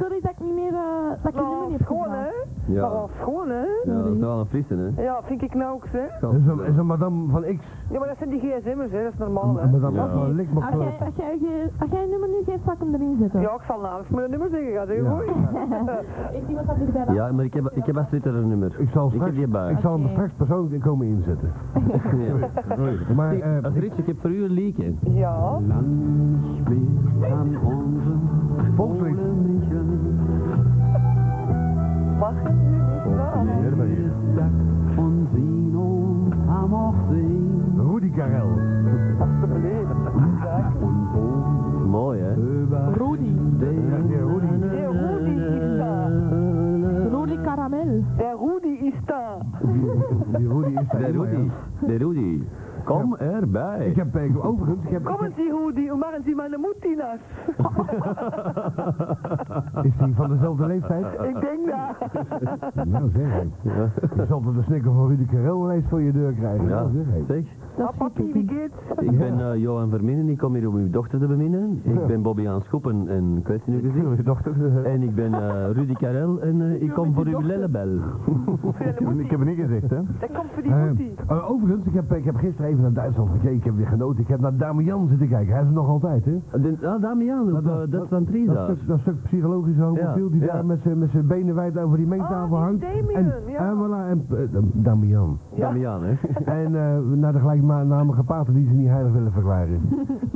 S4: Sorry dat ik niet meer... eh, dat ik je nummer niet heb
S15: Schoon Nou, hè?
S4: gevraagd.
S5: Ja.
S15: Dat was schoon hè?
S5: dat is wel een frisse, hè?
S15: Ja, vind ik nou ook hè.
S1: Dat is een, is een Madame van X.
S15: Ja, maar dat zijn die gsm'ers hè, dat is normaal hè.
S1: Madame eh,
S5: Ja.
S1: van
S4: Als jij,
S1: Likmakloot.
S4: als, jij, je- als jij een nummer nu geeft, zal ik hem erin zetten.
S15: Ja, ik zal namens mijn nummer zeggen, gaat heel
S1: Ja.
S15: goed.
S4: Ik zie wat dat ik bij dat...
S5: Ja, maar ik heb, ik heb als Twitter een nummer.
S1: Ik zal,
S5: Ik heb
S1: straks,
S5: die
S1: ik
S5: bui.
S1: zal hem
S4: Oké.
S1: straks persoonlijk komen inzetten.
S5: Ja.
S1: Maar
S5: Kijk,
S1: eh,
S5: Astrid, ik heb voor u een liedje.
S15: Ja.
S1: volkslied.
S15: Machen Sie mich nass.
S1: Rudy Karel.
S15: Dat is te beleven. Ja.
S5: Mooi, hè?
S4: Rudy.
S1: Ja, die Rudy.
S15: De Rudy is daar.
S4: Rudy Caramel.
S15: De Rudy is daar.
S1: Die Rudy is
S5: De
S1: daar.
S5: Rudy. De Rudy. Kom
S1: Ik
S5: erbij.
S1: heb eh, overigens, ik heb, ik
S15: Kommen
S1: heb-
S15: Sie Rudy und machen Sie meine Mutti nass.
S1: is die van dezelfde leeftijd?
S15: Ik denk dat.
S1: Nou zeg ik. Je zal toch de snikker van Rudy Karel eens voor je deur krijgen.
S5: Ja,
S1: Nou, zeg ik.
S5: zeg.
S15: Ah, papi, wie geht's?
S5: Ik ben eh, Johan Verminen, ik kom hier om uw dochter te beminnen. Ik ben Bobby aan Schoepen en ik weet het nu gezien.
S1: Je dochter. eh,
S5: En ik ben eh, Rudy Karel en eh, ik kom voor uw lellebel.
S6: Ik heb het niet gezegd, hè?
S15: Dat komt voor die
S1: eh,
S15: Mutti.
S1: eh, overigens, ik heb, ik heb gisteren even naar Duitsland gekeken. Ik heb weer genoten. Ik heb naar Damian zitten kijken. Hij is er nog altijd, hè?
S5: De- Ah, Damian, op, eh, dat is van
S1: Dat
S5: Trisa.
S1: stuk, dat stuk psychologische homofiel die
S5: Ja, ja.
S1: daar met zijn- met zijn benen wijd over die mengtafel
S15: Ah, die
S1: hangt. en
S15: Damien, ja.
S1: en voilà, en eh, Damian.
S5: Damian, hè?
S1: En eh, naar de gelijknamige paten die ze niet heilig willen
S15: [laughs]
S1: verklaren.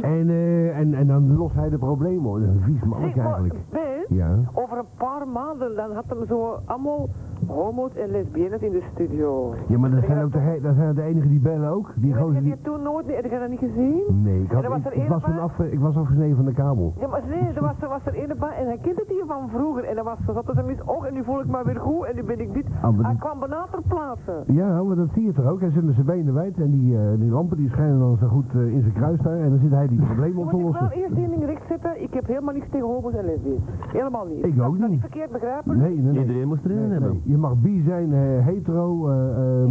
S1: en, eh, en, en dan lost hij de problemen hoor. Dat is een vies mannetje eigenlijk.
S15: Ben,
S1: Ja.
S15: over een paar maanden dan had hem zo allemaal homo's en lesbiennes in de studio.
S1: Ja, maar dat zijn ook de, ge- dat zijn de enigen die bellen ook. Die
S15: Heb je
S1: gozer die...
S15: die toen nooit, heb je dat niet gezien?
S1: Nee, ik, had,
S15: En er was
S1: ik,
S15: er
S1: ik
S15: één
S1: was
S15: bij?
S1: toen afge- ik was afgesneden van de kabel.
S15: Ja, maar nee, er was, er was er een bij en hij kent het hier van vroeger. En dan was ze zat hem eens, oh, en nu voel ik me weer goed en nu ben ik dit.
S1: Ah, maar dat-
S15: Hij kwam bijna ter plaatse.
S1: Ja, oh, maar dat zie je toch ook. Hij zit met zijn benen wijd en die, eh, die lampen die schijnen dan zo goed eh, in zijn kruis daar. En dan zit
S15: [laughs]
S1: hij die problemen
S15: Je
S1: op te
S15: moet ik wel
S1: lossen.
S15: eerst één ding recht zetten, ik heb helemaal niks tegen homo's en lesbiennes. Helemaal niet.
S1: Ik ook
S15: Dat is
S1: niet.
S15: verkeerd begrijpen.
S1: Nee, nee, nee.
S5: Iedereen moest erin
S1: Nee,
S5: hebben.
S1: nee. Je mag bi zijn, eh, hetero, eh, eh,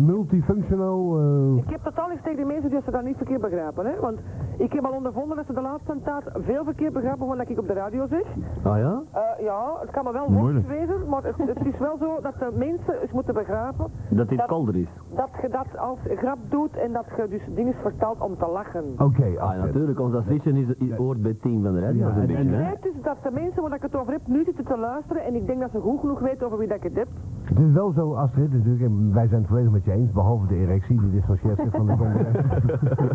S1: multifunctional. eh,
S15: Ik heb totaal niks tegen die mensen die ze dat niet verkeerd begrijpen. Hè? Want ik heb al ondervonden dat ze de laatste tijd veel verkeerd begrijpen van wat ik op de radio zeg.
S5: Ah ja?
S15: Eh, ja, het kan me wel
S6: Moeilijk.
S15: worst wezen, maar het, het is wel zo dat de mensen eens moeten begrijpen
S5: Dat dit
S15: Dat-
S5: kolder is.
S15: dat je dat als grap doet en dat je dus dingen vertelt om te lachen.
S1: Oké,
S5: Ah,
S1: Astrid.
S5: natuurlijk, ons Astridje is is- hoort bij het team van de radio
S1: Ja,
S5: zo'n
S1: en-
S5: beetje,
S15: Het
S5: hè?
S15: feit is dat de mensen waar ik het over heb nu zitten te luisteren en ik denk dat ze goed genoeg weten over wie dat ik het heb.
S1: Het is wel zo, Astrid, natuurlijk, en wij zijn het volledig met je eens, behalve de erectie, die is van Sjefke van [laughs] de Zonder.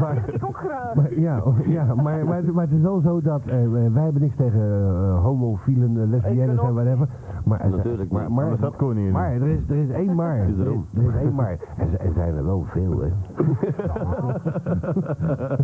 S1: maar,
S15: Ik ook graag.
S1: maar- ja, oh, ja maar, maar, het- maar het is wel zo dat, eh, eh, wij hebben niks tegen eh, homofielen, eh, lesbiennes en whatever. Maar, er zijn-
S5: Natuurlijk,
S1: maar,
S6: Maar
S1: maar,
S6: dat staat gewoon niet in.
S1: maar er, is, er is één maar. Er is,
S5: erom.
S1: er is één maar. Er, z- er zijn er wel veel, hè.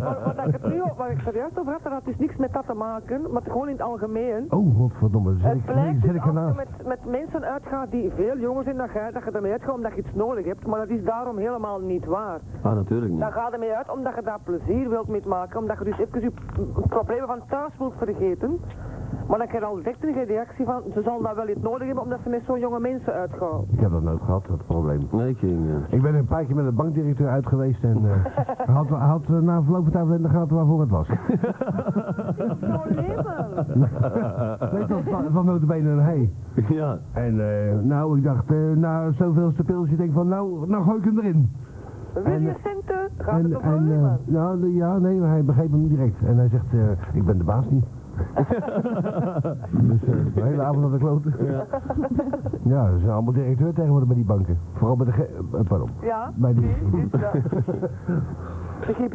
S15: Maar wat ik het nu, waar ik zojuist over had, dat had dus niks met dat te maken, maar gewoon in het algemeen.
S1: Oh, godverdomme, zit
S15: Het
S1: ik, nee,
S15: blijkt
S1: zit
S15: dus
S1: ik
S5: Ah.
S15: als je
S1: ernaast.
S15: met, met mensen uitgaat die veel jonger zijn dan jij, dat je ermee uitgaat omdat je iets nodig hebt, maar dat is daarom helemaal niet waar.
S5: Ah, natuurlijk niet.
S15: Dan ga je ermee uit omdat je daar plezier wilt mee maken, omdat je dus even je problemen van thuis wilt vergeten. Maar dan krijg je al direct een reactie van, ze zal dat wel iets nodig hebben omdat ze met zo'n jonge mensen uitgaan.
S1: Ik heb dat nooit gehad, dat probleem.
S5: Nee, ik ging... eh,
S1: Ik ben een paar keer met de bankdirecteur uit geweest en eh, [laughs] hij had, hij had eh, na verloop van tijd wel in de gaten waarvoor het was. Weet je wat, van notabene een hei.
S5: [laughs] Ja.
S1: En eh, nou, ik dacht, eh, na zoveelste pilsje, denk ik van, nou, nou gooi ik hem erin.
S15: Wil je centen? Gaat het
S1: En,
S15: toch wel
S1: en,
S15: niet,
S1: eh,
S15: man?
S1: nou, de- ja, nee, maar hij begreep hem direct. En hij zegt, eh, ik ben de baas
S6: [laughs]
S1: niet. dus eh, de hele avond aan de kloten. Ja. ze zijn allemaal directeur tegenwoordig bij die banken. Vooral bij de... ge- eh, pardon.
S15: Ja?
S1: Bij die...
S15: De GP?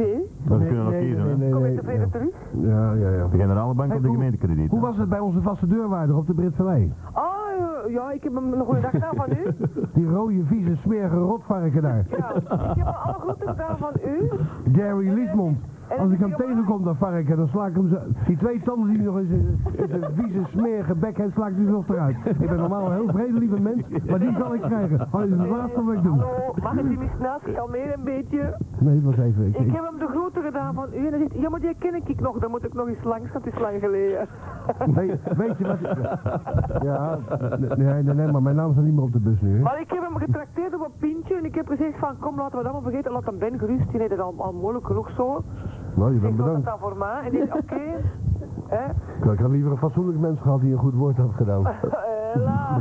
S6: Dat kunnen we nog
S1: Nee,
S6: kiezen,
S1: nee, nee,
S6: hè?
S15: Kom
S1: nee,
S15: ik tevreden terug?
S1: Ja, ja, ja.
S6: De generale bank
S1: Hey,
S6: of de
S1: hoe-
S6: gemeentekrediet?
S1: Hoe was het bij onze vaste deurwaarder op de Britse Wei?
S15: Oh, ja, ja, ik heb hem een goede dag gedaan van u.
S1: Die rode, vieze, smerige rotvarken daar.
S15: Ja, ik heb me alle groeten gedaan van u.
S1: Gary Liesmond.
S15: en
S1: Als ik hem
S15: die-
S1: tegenkom, dat varken, dan sla ik hem zo... Die twee tanden die hij nog in zijn in zijn vieze, smerige bek heeft, sla ik die nog eruit. Ik ben normaal een heel vredelieve mens, maar die zal ik krijgen. Oh, dit is het laatste wat ik doe.
S15: Eh, Hallo, mag ik die niet naast kalmeren een beetje?
S1: Nee, was even. Ik,
S15: Ik
S1: ik,
S15: heb hem de groeten gedaan van u en hij zegt, ja maar die ken ik nog, dan moet ik nog eens langs, want het is lang geleden.
S1: weet, weet je wat... Ja, nee, nee, nee, maar mijn naam staat niet meer op de bus nu. hè.
S15: Maar ik heb hem getrakteerd op een pintje en ik heb gezegd van kom laten we dat allemaal vergeten, laat hem Ben gerust, die deed het al, al moeilijk genoeg zo.
S1: Nou, je bent
S15: Ik doe dat
S1: bedankt.
S15: dan voor mij en die zei, oké, [laughs] hè,
S1: Ik had liever een fatsoenlijk mens gehad die een goed woord had gedaan.
S15: hela.
S5: [laughs]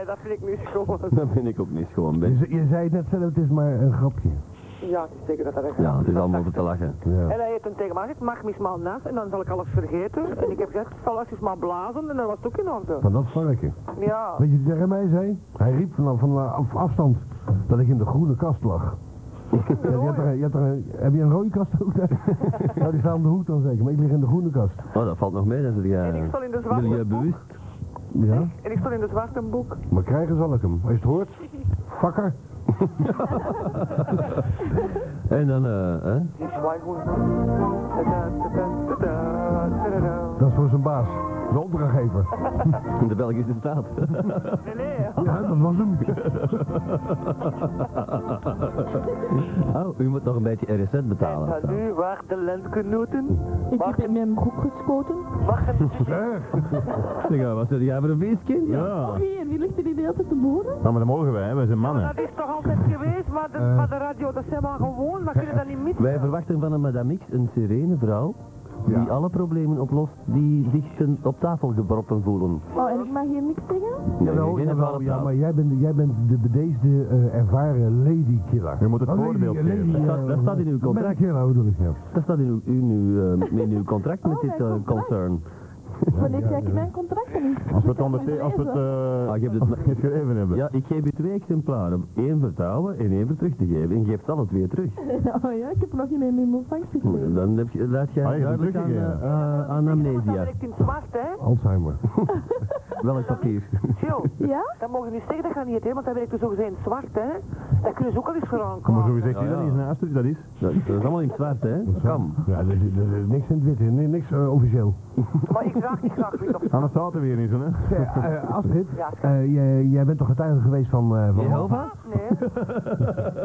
S15: Eh, dat vind ik nu schoon.
S5: Daar ben ik ook niet gewoon
S1: Je,
S5: bij.
S1: ze- je zei het net zelf, het is maar een grapje.
S15: Ja, ik zeker dat dat echt
S5: Ja, het is allemaal voor te lachen.
S15: En hij heeft hem tegen mij gezegd, mag mis maar naast en dan zal ik alles vergeten. En ik heb gezegd, zal alles eens maar blazen en dat was het ook in orde.
S1: Van dat varken.
S15: Ja.
S1: Weet je wat hij tegen mij zei? Hij riep vanaf van eh, af- afstand dat ik in de groene kast
S5: [laughs]
S1: lag. Ja, je hebt er, een- je hebt er een- heb je een rode kast ook? nou, die staat om de hoek dan zeker, maar ik lig in de groene kast.
S5: Oh, dat valt nog mee. Dat is
S15: En ik
S5: jij,
S15: zal in de
S5: ben jij
S15: zwarte boek.
S5: bewust?
S1: Ja,
S15: En ik stond in de zwarte boek.
S1: maar krijgen zal ik hem. Als je het hoort, fakker.
S5: En dan, eh, hè?
S15: Die zwaaihoen. Tada, tada, tada, tada.
S1: Dat is voor zijn baas, de opdrachtgever.
S5: de Belgische staat. [laughs]
S15: Nee, nee.
S1: Ja, dat was hem.
S5: Oh, u moet nog een beetje RSZ betalen.
S15: En nu waar de landgenoten.
S4: Ik heb in mijn broek geschoten.
S15: Wachten.
S5: Zeg, wat zeg jij voor een weeskind?
S6: Ja.
S4: Hier, wie ligt er die de hele tijd te boren?
S6: Nou, maar dat mogen wij, hè? wij zijn mannen.
S15: Dat is toch altijd geweest, maar de,
S1: Eh.
S15: maar de radio, dat zijn maar gewoon, dat kunnen dat niet
S1: [laughs]
S15: missen.
S5: Wij verwachten van een madame X een serene vrouw die
S1: Ja.
S5: alle problemen oplost die zich ten- op tafel gebroppen voelen.
S4: Oh, en ik mag hier niks zeggen?
S5: Nee,
S1: Jawel,
S5: geen
S1: jawel,
S5: ervaren
S1: ja,
S5: vrouw.
S1: maar jij bent, jij bent de bedeesde, eh, ervaren ladykiller.
S6: Je moet het
S1: Oh, lady-
S6: voordeel
S1: lady,
S6: geven.
S5: Dat-
S1: eh,
S5: dat staat in uw contract.
S1: Medicare, bedoel ik, ja.
S5: Dat staat in uw, in uw,
S4: [laughs]
S5: eh, in uw contract met
S4: Oh,
S5: dit
S4: mijn
S5: eh,
S4: contract.
S5: concern.
S4: Wanneer krijg ik mijn contracten niet?
S6: Als we het onderste- als we het,
S5: Ah,
S6: eh,
S5: je hebt
S6: als
S5: het
S6: we het geschreven hebben.
S5: Ja, ik geef u twee exemplaren. Eén voor het houden en één voor terug te geven. En geeft alle twee terug.
S4: [laughs] Oh ja, ik heb nog niet in mijn ontvangst gekregen.
S5: Dan heb je, laat jij
S6: Ah, je hebt hem
S5: duidelijk aan,
S6: teruggegeven.
S5: eh, eh, aan
S15: Dat
S5: amnesia.
S15: werkt in het zwart, hè?
S1: Alzheimer.
S5: [laughs] Welk
S4: [laughs]
S5: papier?
S15: Chill.
S4: Ja?
S15: Dat mogen we niet zeggen, dat gaat niet, hè? Want dat werkt dus zogezegd in het zwart, hè? Dat kunnen ze ook al eens voor
S6: Maar zo
S15: aanklagen.
S6: gezegd,
S5: Ja, ja.
S6: dat is naast u, dat is.
S5: Dat, dat is allemaal in het zwart, hè? Kam.
S1: Ja, er is, er is niks in het wit, hè? nee, niks eh, officieel.
S15: Maar ik draag niet graag
S1: [laughs]
S15: wit op.
S6: Anders staat er weer niet zo, hè?
S1: Zeg, eh, Astrid,
S15: Ja.
S1: eh, jij, jij bent toch getuige geweest van, eh, van,
S5: Jehovah?
S15: Nee.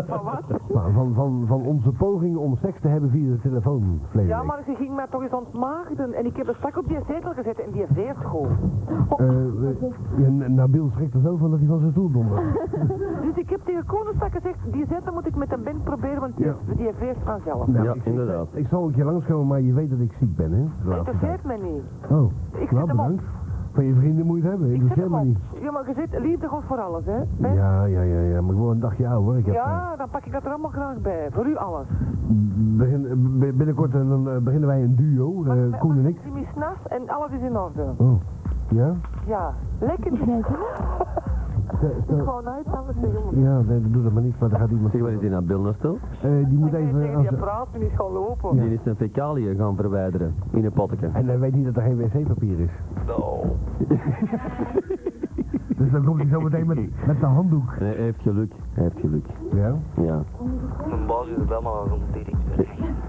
S15: Van wat?
S1: van, van, van, van onze pogingen om seks te hebben via de telefoon, verleden
S15: Ja,
S1: week.
S15: maar ze ging mij toch eens ontmaagden. En ik heb er strak op die zetel gezet en die veert gewoon.
S1: Eh, eh, ja, N- Nabil schrikt er zo van dat hij van zijn stoel dondert.
S15: Dus ik heb tegen Koningsdag gezegd, die zetel moet ik met een band proberen, want die,
S1: Ja.
S15: die veert vanzelf.
S1: Nou,
S5: Ja,
S1: ik-
S5: inderdaad.
S1: Ik zal een keer langskomen, maar je weet dat ik ziek ben, hè? de
S15: Dat
S1: laatste tijd.
S15: interesseert mij niet.
S1: Oh,
S15: Ik zet
S1: nou
S15: hem op.
S1: bedankt. Van je vrienden moet je het hebben, ik
S15: Ik zet
S1: interesseer
S15: hem
S1: me
S15: op.
S1: niet.
S15: Ja, maar je zit, liefde gaat voor alles, hè? Ben?
S1: Ja, ja, ja, ja, maar ik word een dagje ouder. hoor. Ik heb,
S15: Ja, dan pak ik dat er allemaal graag bij. Voor u alles.
S1: eh, begin- b- binnenkort eh, dan, eh, beginnen wij een duo, eh,
S15: Maar-
S1: Koen en
S15: maar
S1: ik.
S15: Die is naast en alles is in orde.
S1: Oh, ja?
S15: Ja, lekker.
S1: Stel-
S15: Ik
S1: stel-
S15: ga uit, anders jongen.
S1: Ja, nee, doe dat maar niet, maar dan gaat iemand...
S5: Zeg, wat is die naar Bill naartoe?
S1: Eh, die moet even...
S15: Tegen
S1: Als,
S15: die praat en die is gaan lopen.
S5: Die is zijn fecaliën gaan verwijderen in een potteken.
S1: en hij weet niet dat er geen wc-papier is. dus dan komt hij [laughs] zo meteen met, met de handdoek.
S5: En hij heeft geluk. Hij heeft geluk.
S1: Ja?
S5: Ja.
S12: Mijn baas is er wel maar rond die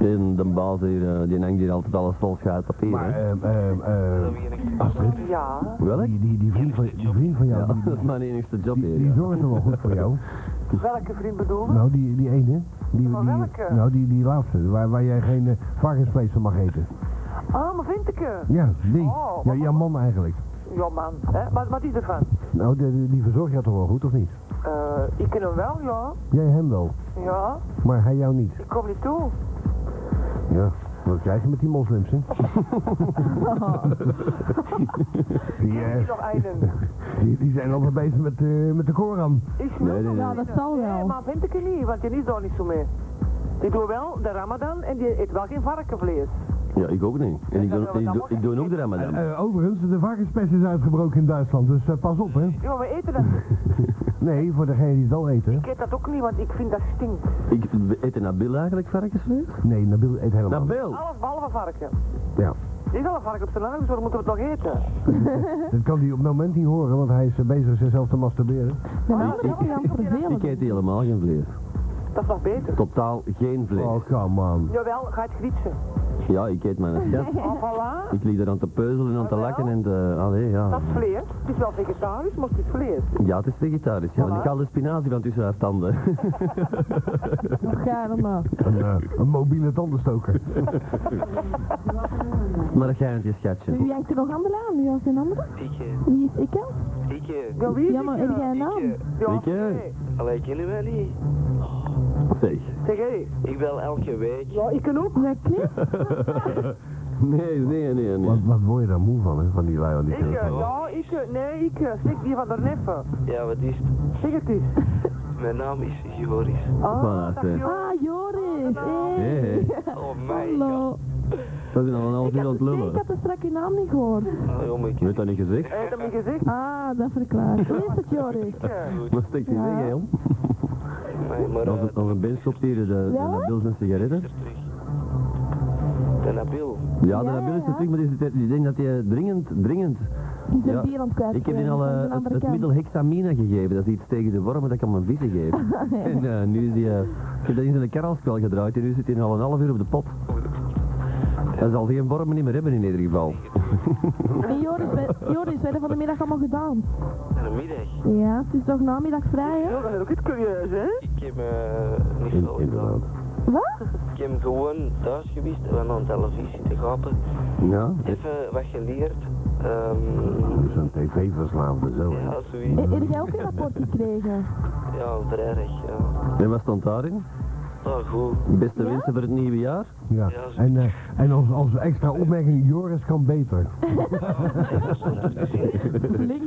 S5: En de baas hier, eh, die hangt hier altijd alles vol schuit papier.
S1: Maar,
S5: hè.
S1: ehm, ehm, ehm, Astrid,
S15: Ja.
S5: Welk?
S1: die, die, die, vriend van, die vriend van
S5: Ja,
S1: jou, die,
S5: [laughs] dat is mijn enigste job
S1: die,
S5: hier.
S1: die
S5: ja.
S1: zorgt er wel goed voor [laughs] jou.
S15: Welke vriend bedoel je?
S1: Nou, die, die ene. Die, die,
S15: Maar welke?
S1: nou, die, die laatste, waar, waar jij geen eh, varkensvlees van mag eten.
S15: Ah, maar vind ik je?
S1: Ja, die.
S15: Oh,
S1: ja, jouw man eigenlijk.
S15: Ja, man. Hè? Wat, wat is ervan?
S1: Nou, die, die verzorgt jou toch wel goed, of niet?
S15: Eh, ik ken hem wel, ja.
S1: Jij hem wel,
S15: Ja,
S1: maar hij jou niet.
S15: ik kom niet toe.
S1: Ja, wat krijg je met die [laughs] moslims, hè?
S15: Oh.
S1: die, eh,
S15: Is nog eiden.
S1: die, die zijn altijd bezig met, eh, met de Koran.
S15: Is
S1: Nee, nee,
S4: Ja, dat zal
S15: Nee,
S4: wel.
S15: maar vind ik je niet, want die is daar niet zo mee. Die doet wel de ramadan en die eet wel geen varkenvlees.
S5: Ja, ik ook niet. En ik doe, ik doe, ik doe ook de ramadan.
S1: Eh, overigens, de varkenspest is uitgebroken in Duitsland, dus eh, pas op, hè?
S15: Ja, we eten dat.
S1: Nee, voor degene die het wel eten.
S15: Ik eet dat ook niet, want ik vind dat stinkt.
S5: Ik, eet Nabil eigenlijk varkensvlees?
S1: Nee, Nabil eet helemaal niet.
S5: Nabil?
S15: Alles behalve varken.
S1: Ja.
S15: Die is al een varken op zijn lang, dus waarom moeten we het nog eten?
S1: Dat kan hij op het moment niet horen, want hij is eh, bezig zichzelf te masturberen.
S4: dat is wel heel
S5: Ik
S4: vervelend.
S5: eet helemaal geen vlees.
S15: Dat is nog beter.
S5: Totaal geen vlees.
S1: Oh, come on.
S15: Jawel, ga het grietsen.
S5: Ja, ik eet mijn schat.
S15: Oh, voilà.
S5: Ik liep er aan te peuzelen en aan te lakken en te... Allee, ja.
S15: [laughs] Dat is vlees. Het is wel vegetarisch, maar het is vlees.
S5: Ja, het is vegetarisch. Ja, en ik haal de spinazie van tussen haar tanden. [laughs]
S4: Nog helemaal.
S1: Een, eh, een mobiele tandenstoker.
S5: maar dat geintje, schatje.
S4: Wie hangt er nog aan de laan? Wie was een andere?
S16: Ikke,
S4: Wie is ik? hè?
S16: ikke.
S15: Ja, wie is
S4: Ja, maar
S15: ik,
S4: heb
S15: eh?
S4: jij nou? een naam?
S15: Ja,
S5: Ik, eh?
S15: nee.
S16: Allee, kennen wij niet?
S5: Zeg.
S15: Zeg, hé.
S16: Ik bel elke week.
S15: Ja, ik kan ook.
S4: Lekker.
S5: Nee, nee, nee, nee.
S1: Wat, [laughs] wat word je daar moe van, hè? Van die lui aan die
S15: Ik, eh,
S1: telefoon.
S15: ja, ik, eh, nee, ik, eh, slik die van de neffen.
S16: Ja, wat is het?
S15: Zeg het eens.
S16: Mijn naam is Joris.
S5: Voilà,
S15: Ah, dag,
S5: zeg.
S15: joh.
S4: Ah, Joris.
S15: nou.
S5: Hé,
S4: Hey.
S5: hé.
S16: Oh, mijn god.
S4: Eh, Hallo.
S5: We zijn al een half uur aan het
S4: Nee, ik
S5: lullen.
S4: had de strakke naam niet gehoord.
S16: Oh, my
S5: Je hebt dat niet gezegd?
S15: Hij heeft hem niet gezegd.
S4: Ah, dat verklaart. Hoe is het, Joris?
S5: Wat steekt die weg, hè, jong?
S16: god. Maar,
S5: Als
S16: eh,
S5: een- Als een band stopt hier de, de
S4: Ja?
S5: Nabil zijn sigaretten.
S16: de Nabil.
S5: Ja, de
S4: Ja,
S5: Nabil is
S4: ja,
S5: te terug, maar die, zit- die denkt dat hij dringend, dringend...
S4: Die zijn
S5: Ja,
S4: bier aan het kwijt.
S5: Ik heb die al eh,
S4: aan de
S5: het,
S4: andere
S5: het
S4: kant.
S5: middel hexamine gegeven. Dat is iets tegen de wormen dat ik aan mijn vissen
S4: [laughs]
S5: geef. en eh, nu is die... eh, ik heb dat in zijn karrelspel gedraaid en nu zit hij al een half uur op de pot. Hij zal geen wormen niet meer hebben in ieder geval.
S4: Hey, Joris, wij, Joris, wij hebben van de middag allemaal gedaan.
S16: En de middag.
S4: Ja, het is toch namiddag vrij, hè?
S15: Ja, dat is ook iets curieus, hè?
S16: Ik heb eh niet veel gedaan.
S4: Wat?
S16: Ik heb gewoon thuis geweest en aan televisie te gapen.
S5: Ja,
S16: Even wat geleerd. Ehm
S1: Zo'n tv-verslaafde zo, hè?
S16: ja,
S15: é
S16: zoiets.
S4: Heb jij ook een rapport gekregen?
S16: Ja, vrij recht, ja.
S5: en wat stond daarin?
S16: Ja, goed.
S5: Beste wensen voor het nieuwe jaar.
S1: Ja. En, eh, en als, als extra opmerking, Joris kan beter.
S4: Link.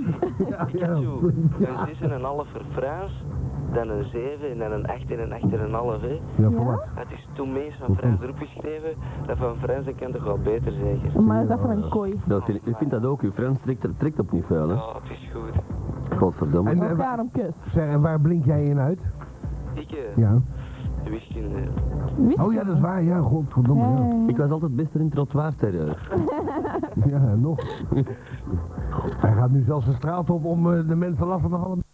S1: Ja,
S16: Ik heb zo een 6 en een half voor Frans, dan een 7 en dan een 8 en een 8 en een half. Hè.
S1: Ja, voor wat?
S16: Het is toen meest van Frans erop geschreven, dat van Frans dat kan toch wel beter zeker.
S4: Maar is dat van een kooi?
S5: Dat vind ik, ik vind dat ook, uw Frans trekt, er- trekt op niet veel, hè?
S16: Ja, het is goed.
S5: Godverdomme.
S1: En, eh, wa-
S4: Elkaar om kus.
S1: zeg, en waar blink jij in uit?
S16: Ik, eh,
S1: Ja.
S16: wiskunde.
S4: Wist
S1: Oh
S4: je
S1: ja, dat is waar, ja, godverdomme.
S4: Ja,
S1: Ja,
S4: ja,
S5: eh, Ik
S4: ja.
S5: was altijd best in trottoir terreur.
S1: [laughs] ja nog. Hij gaat nu zelfs de straat op om eh, de mensen lachen te halen.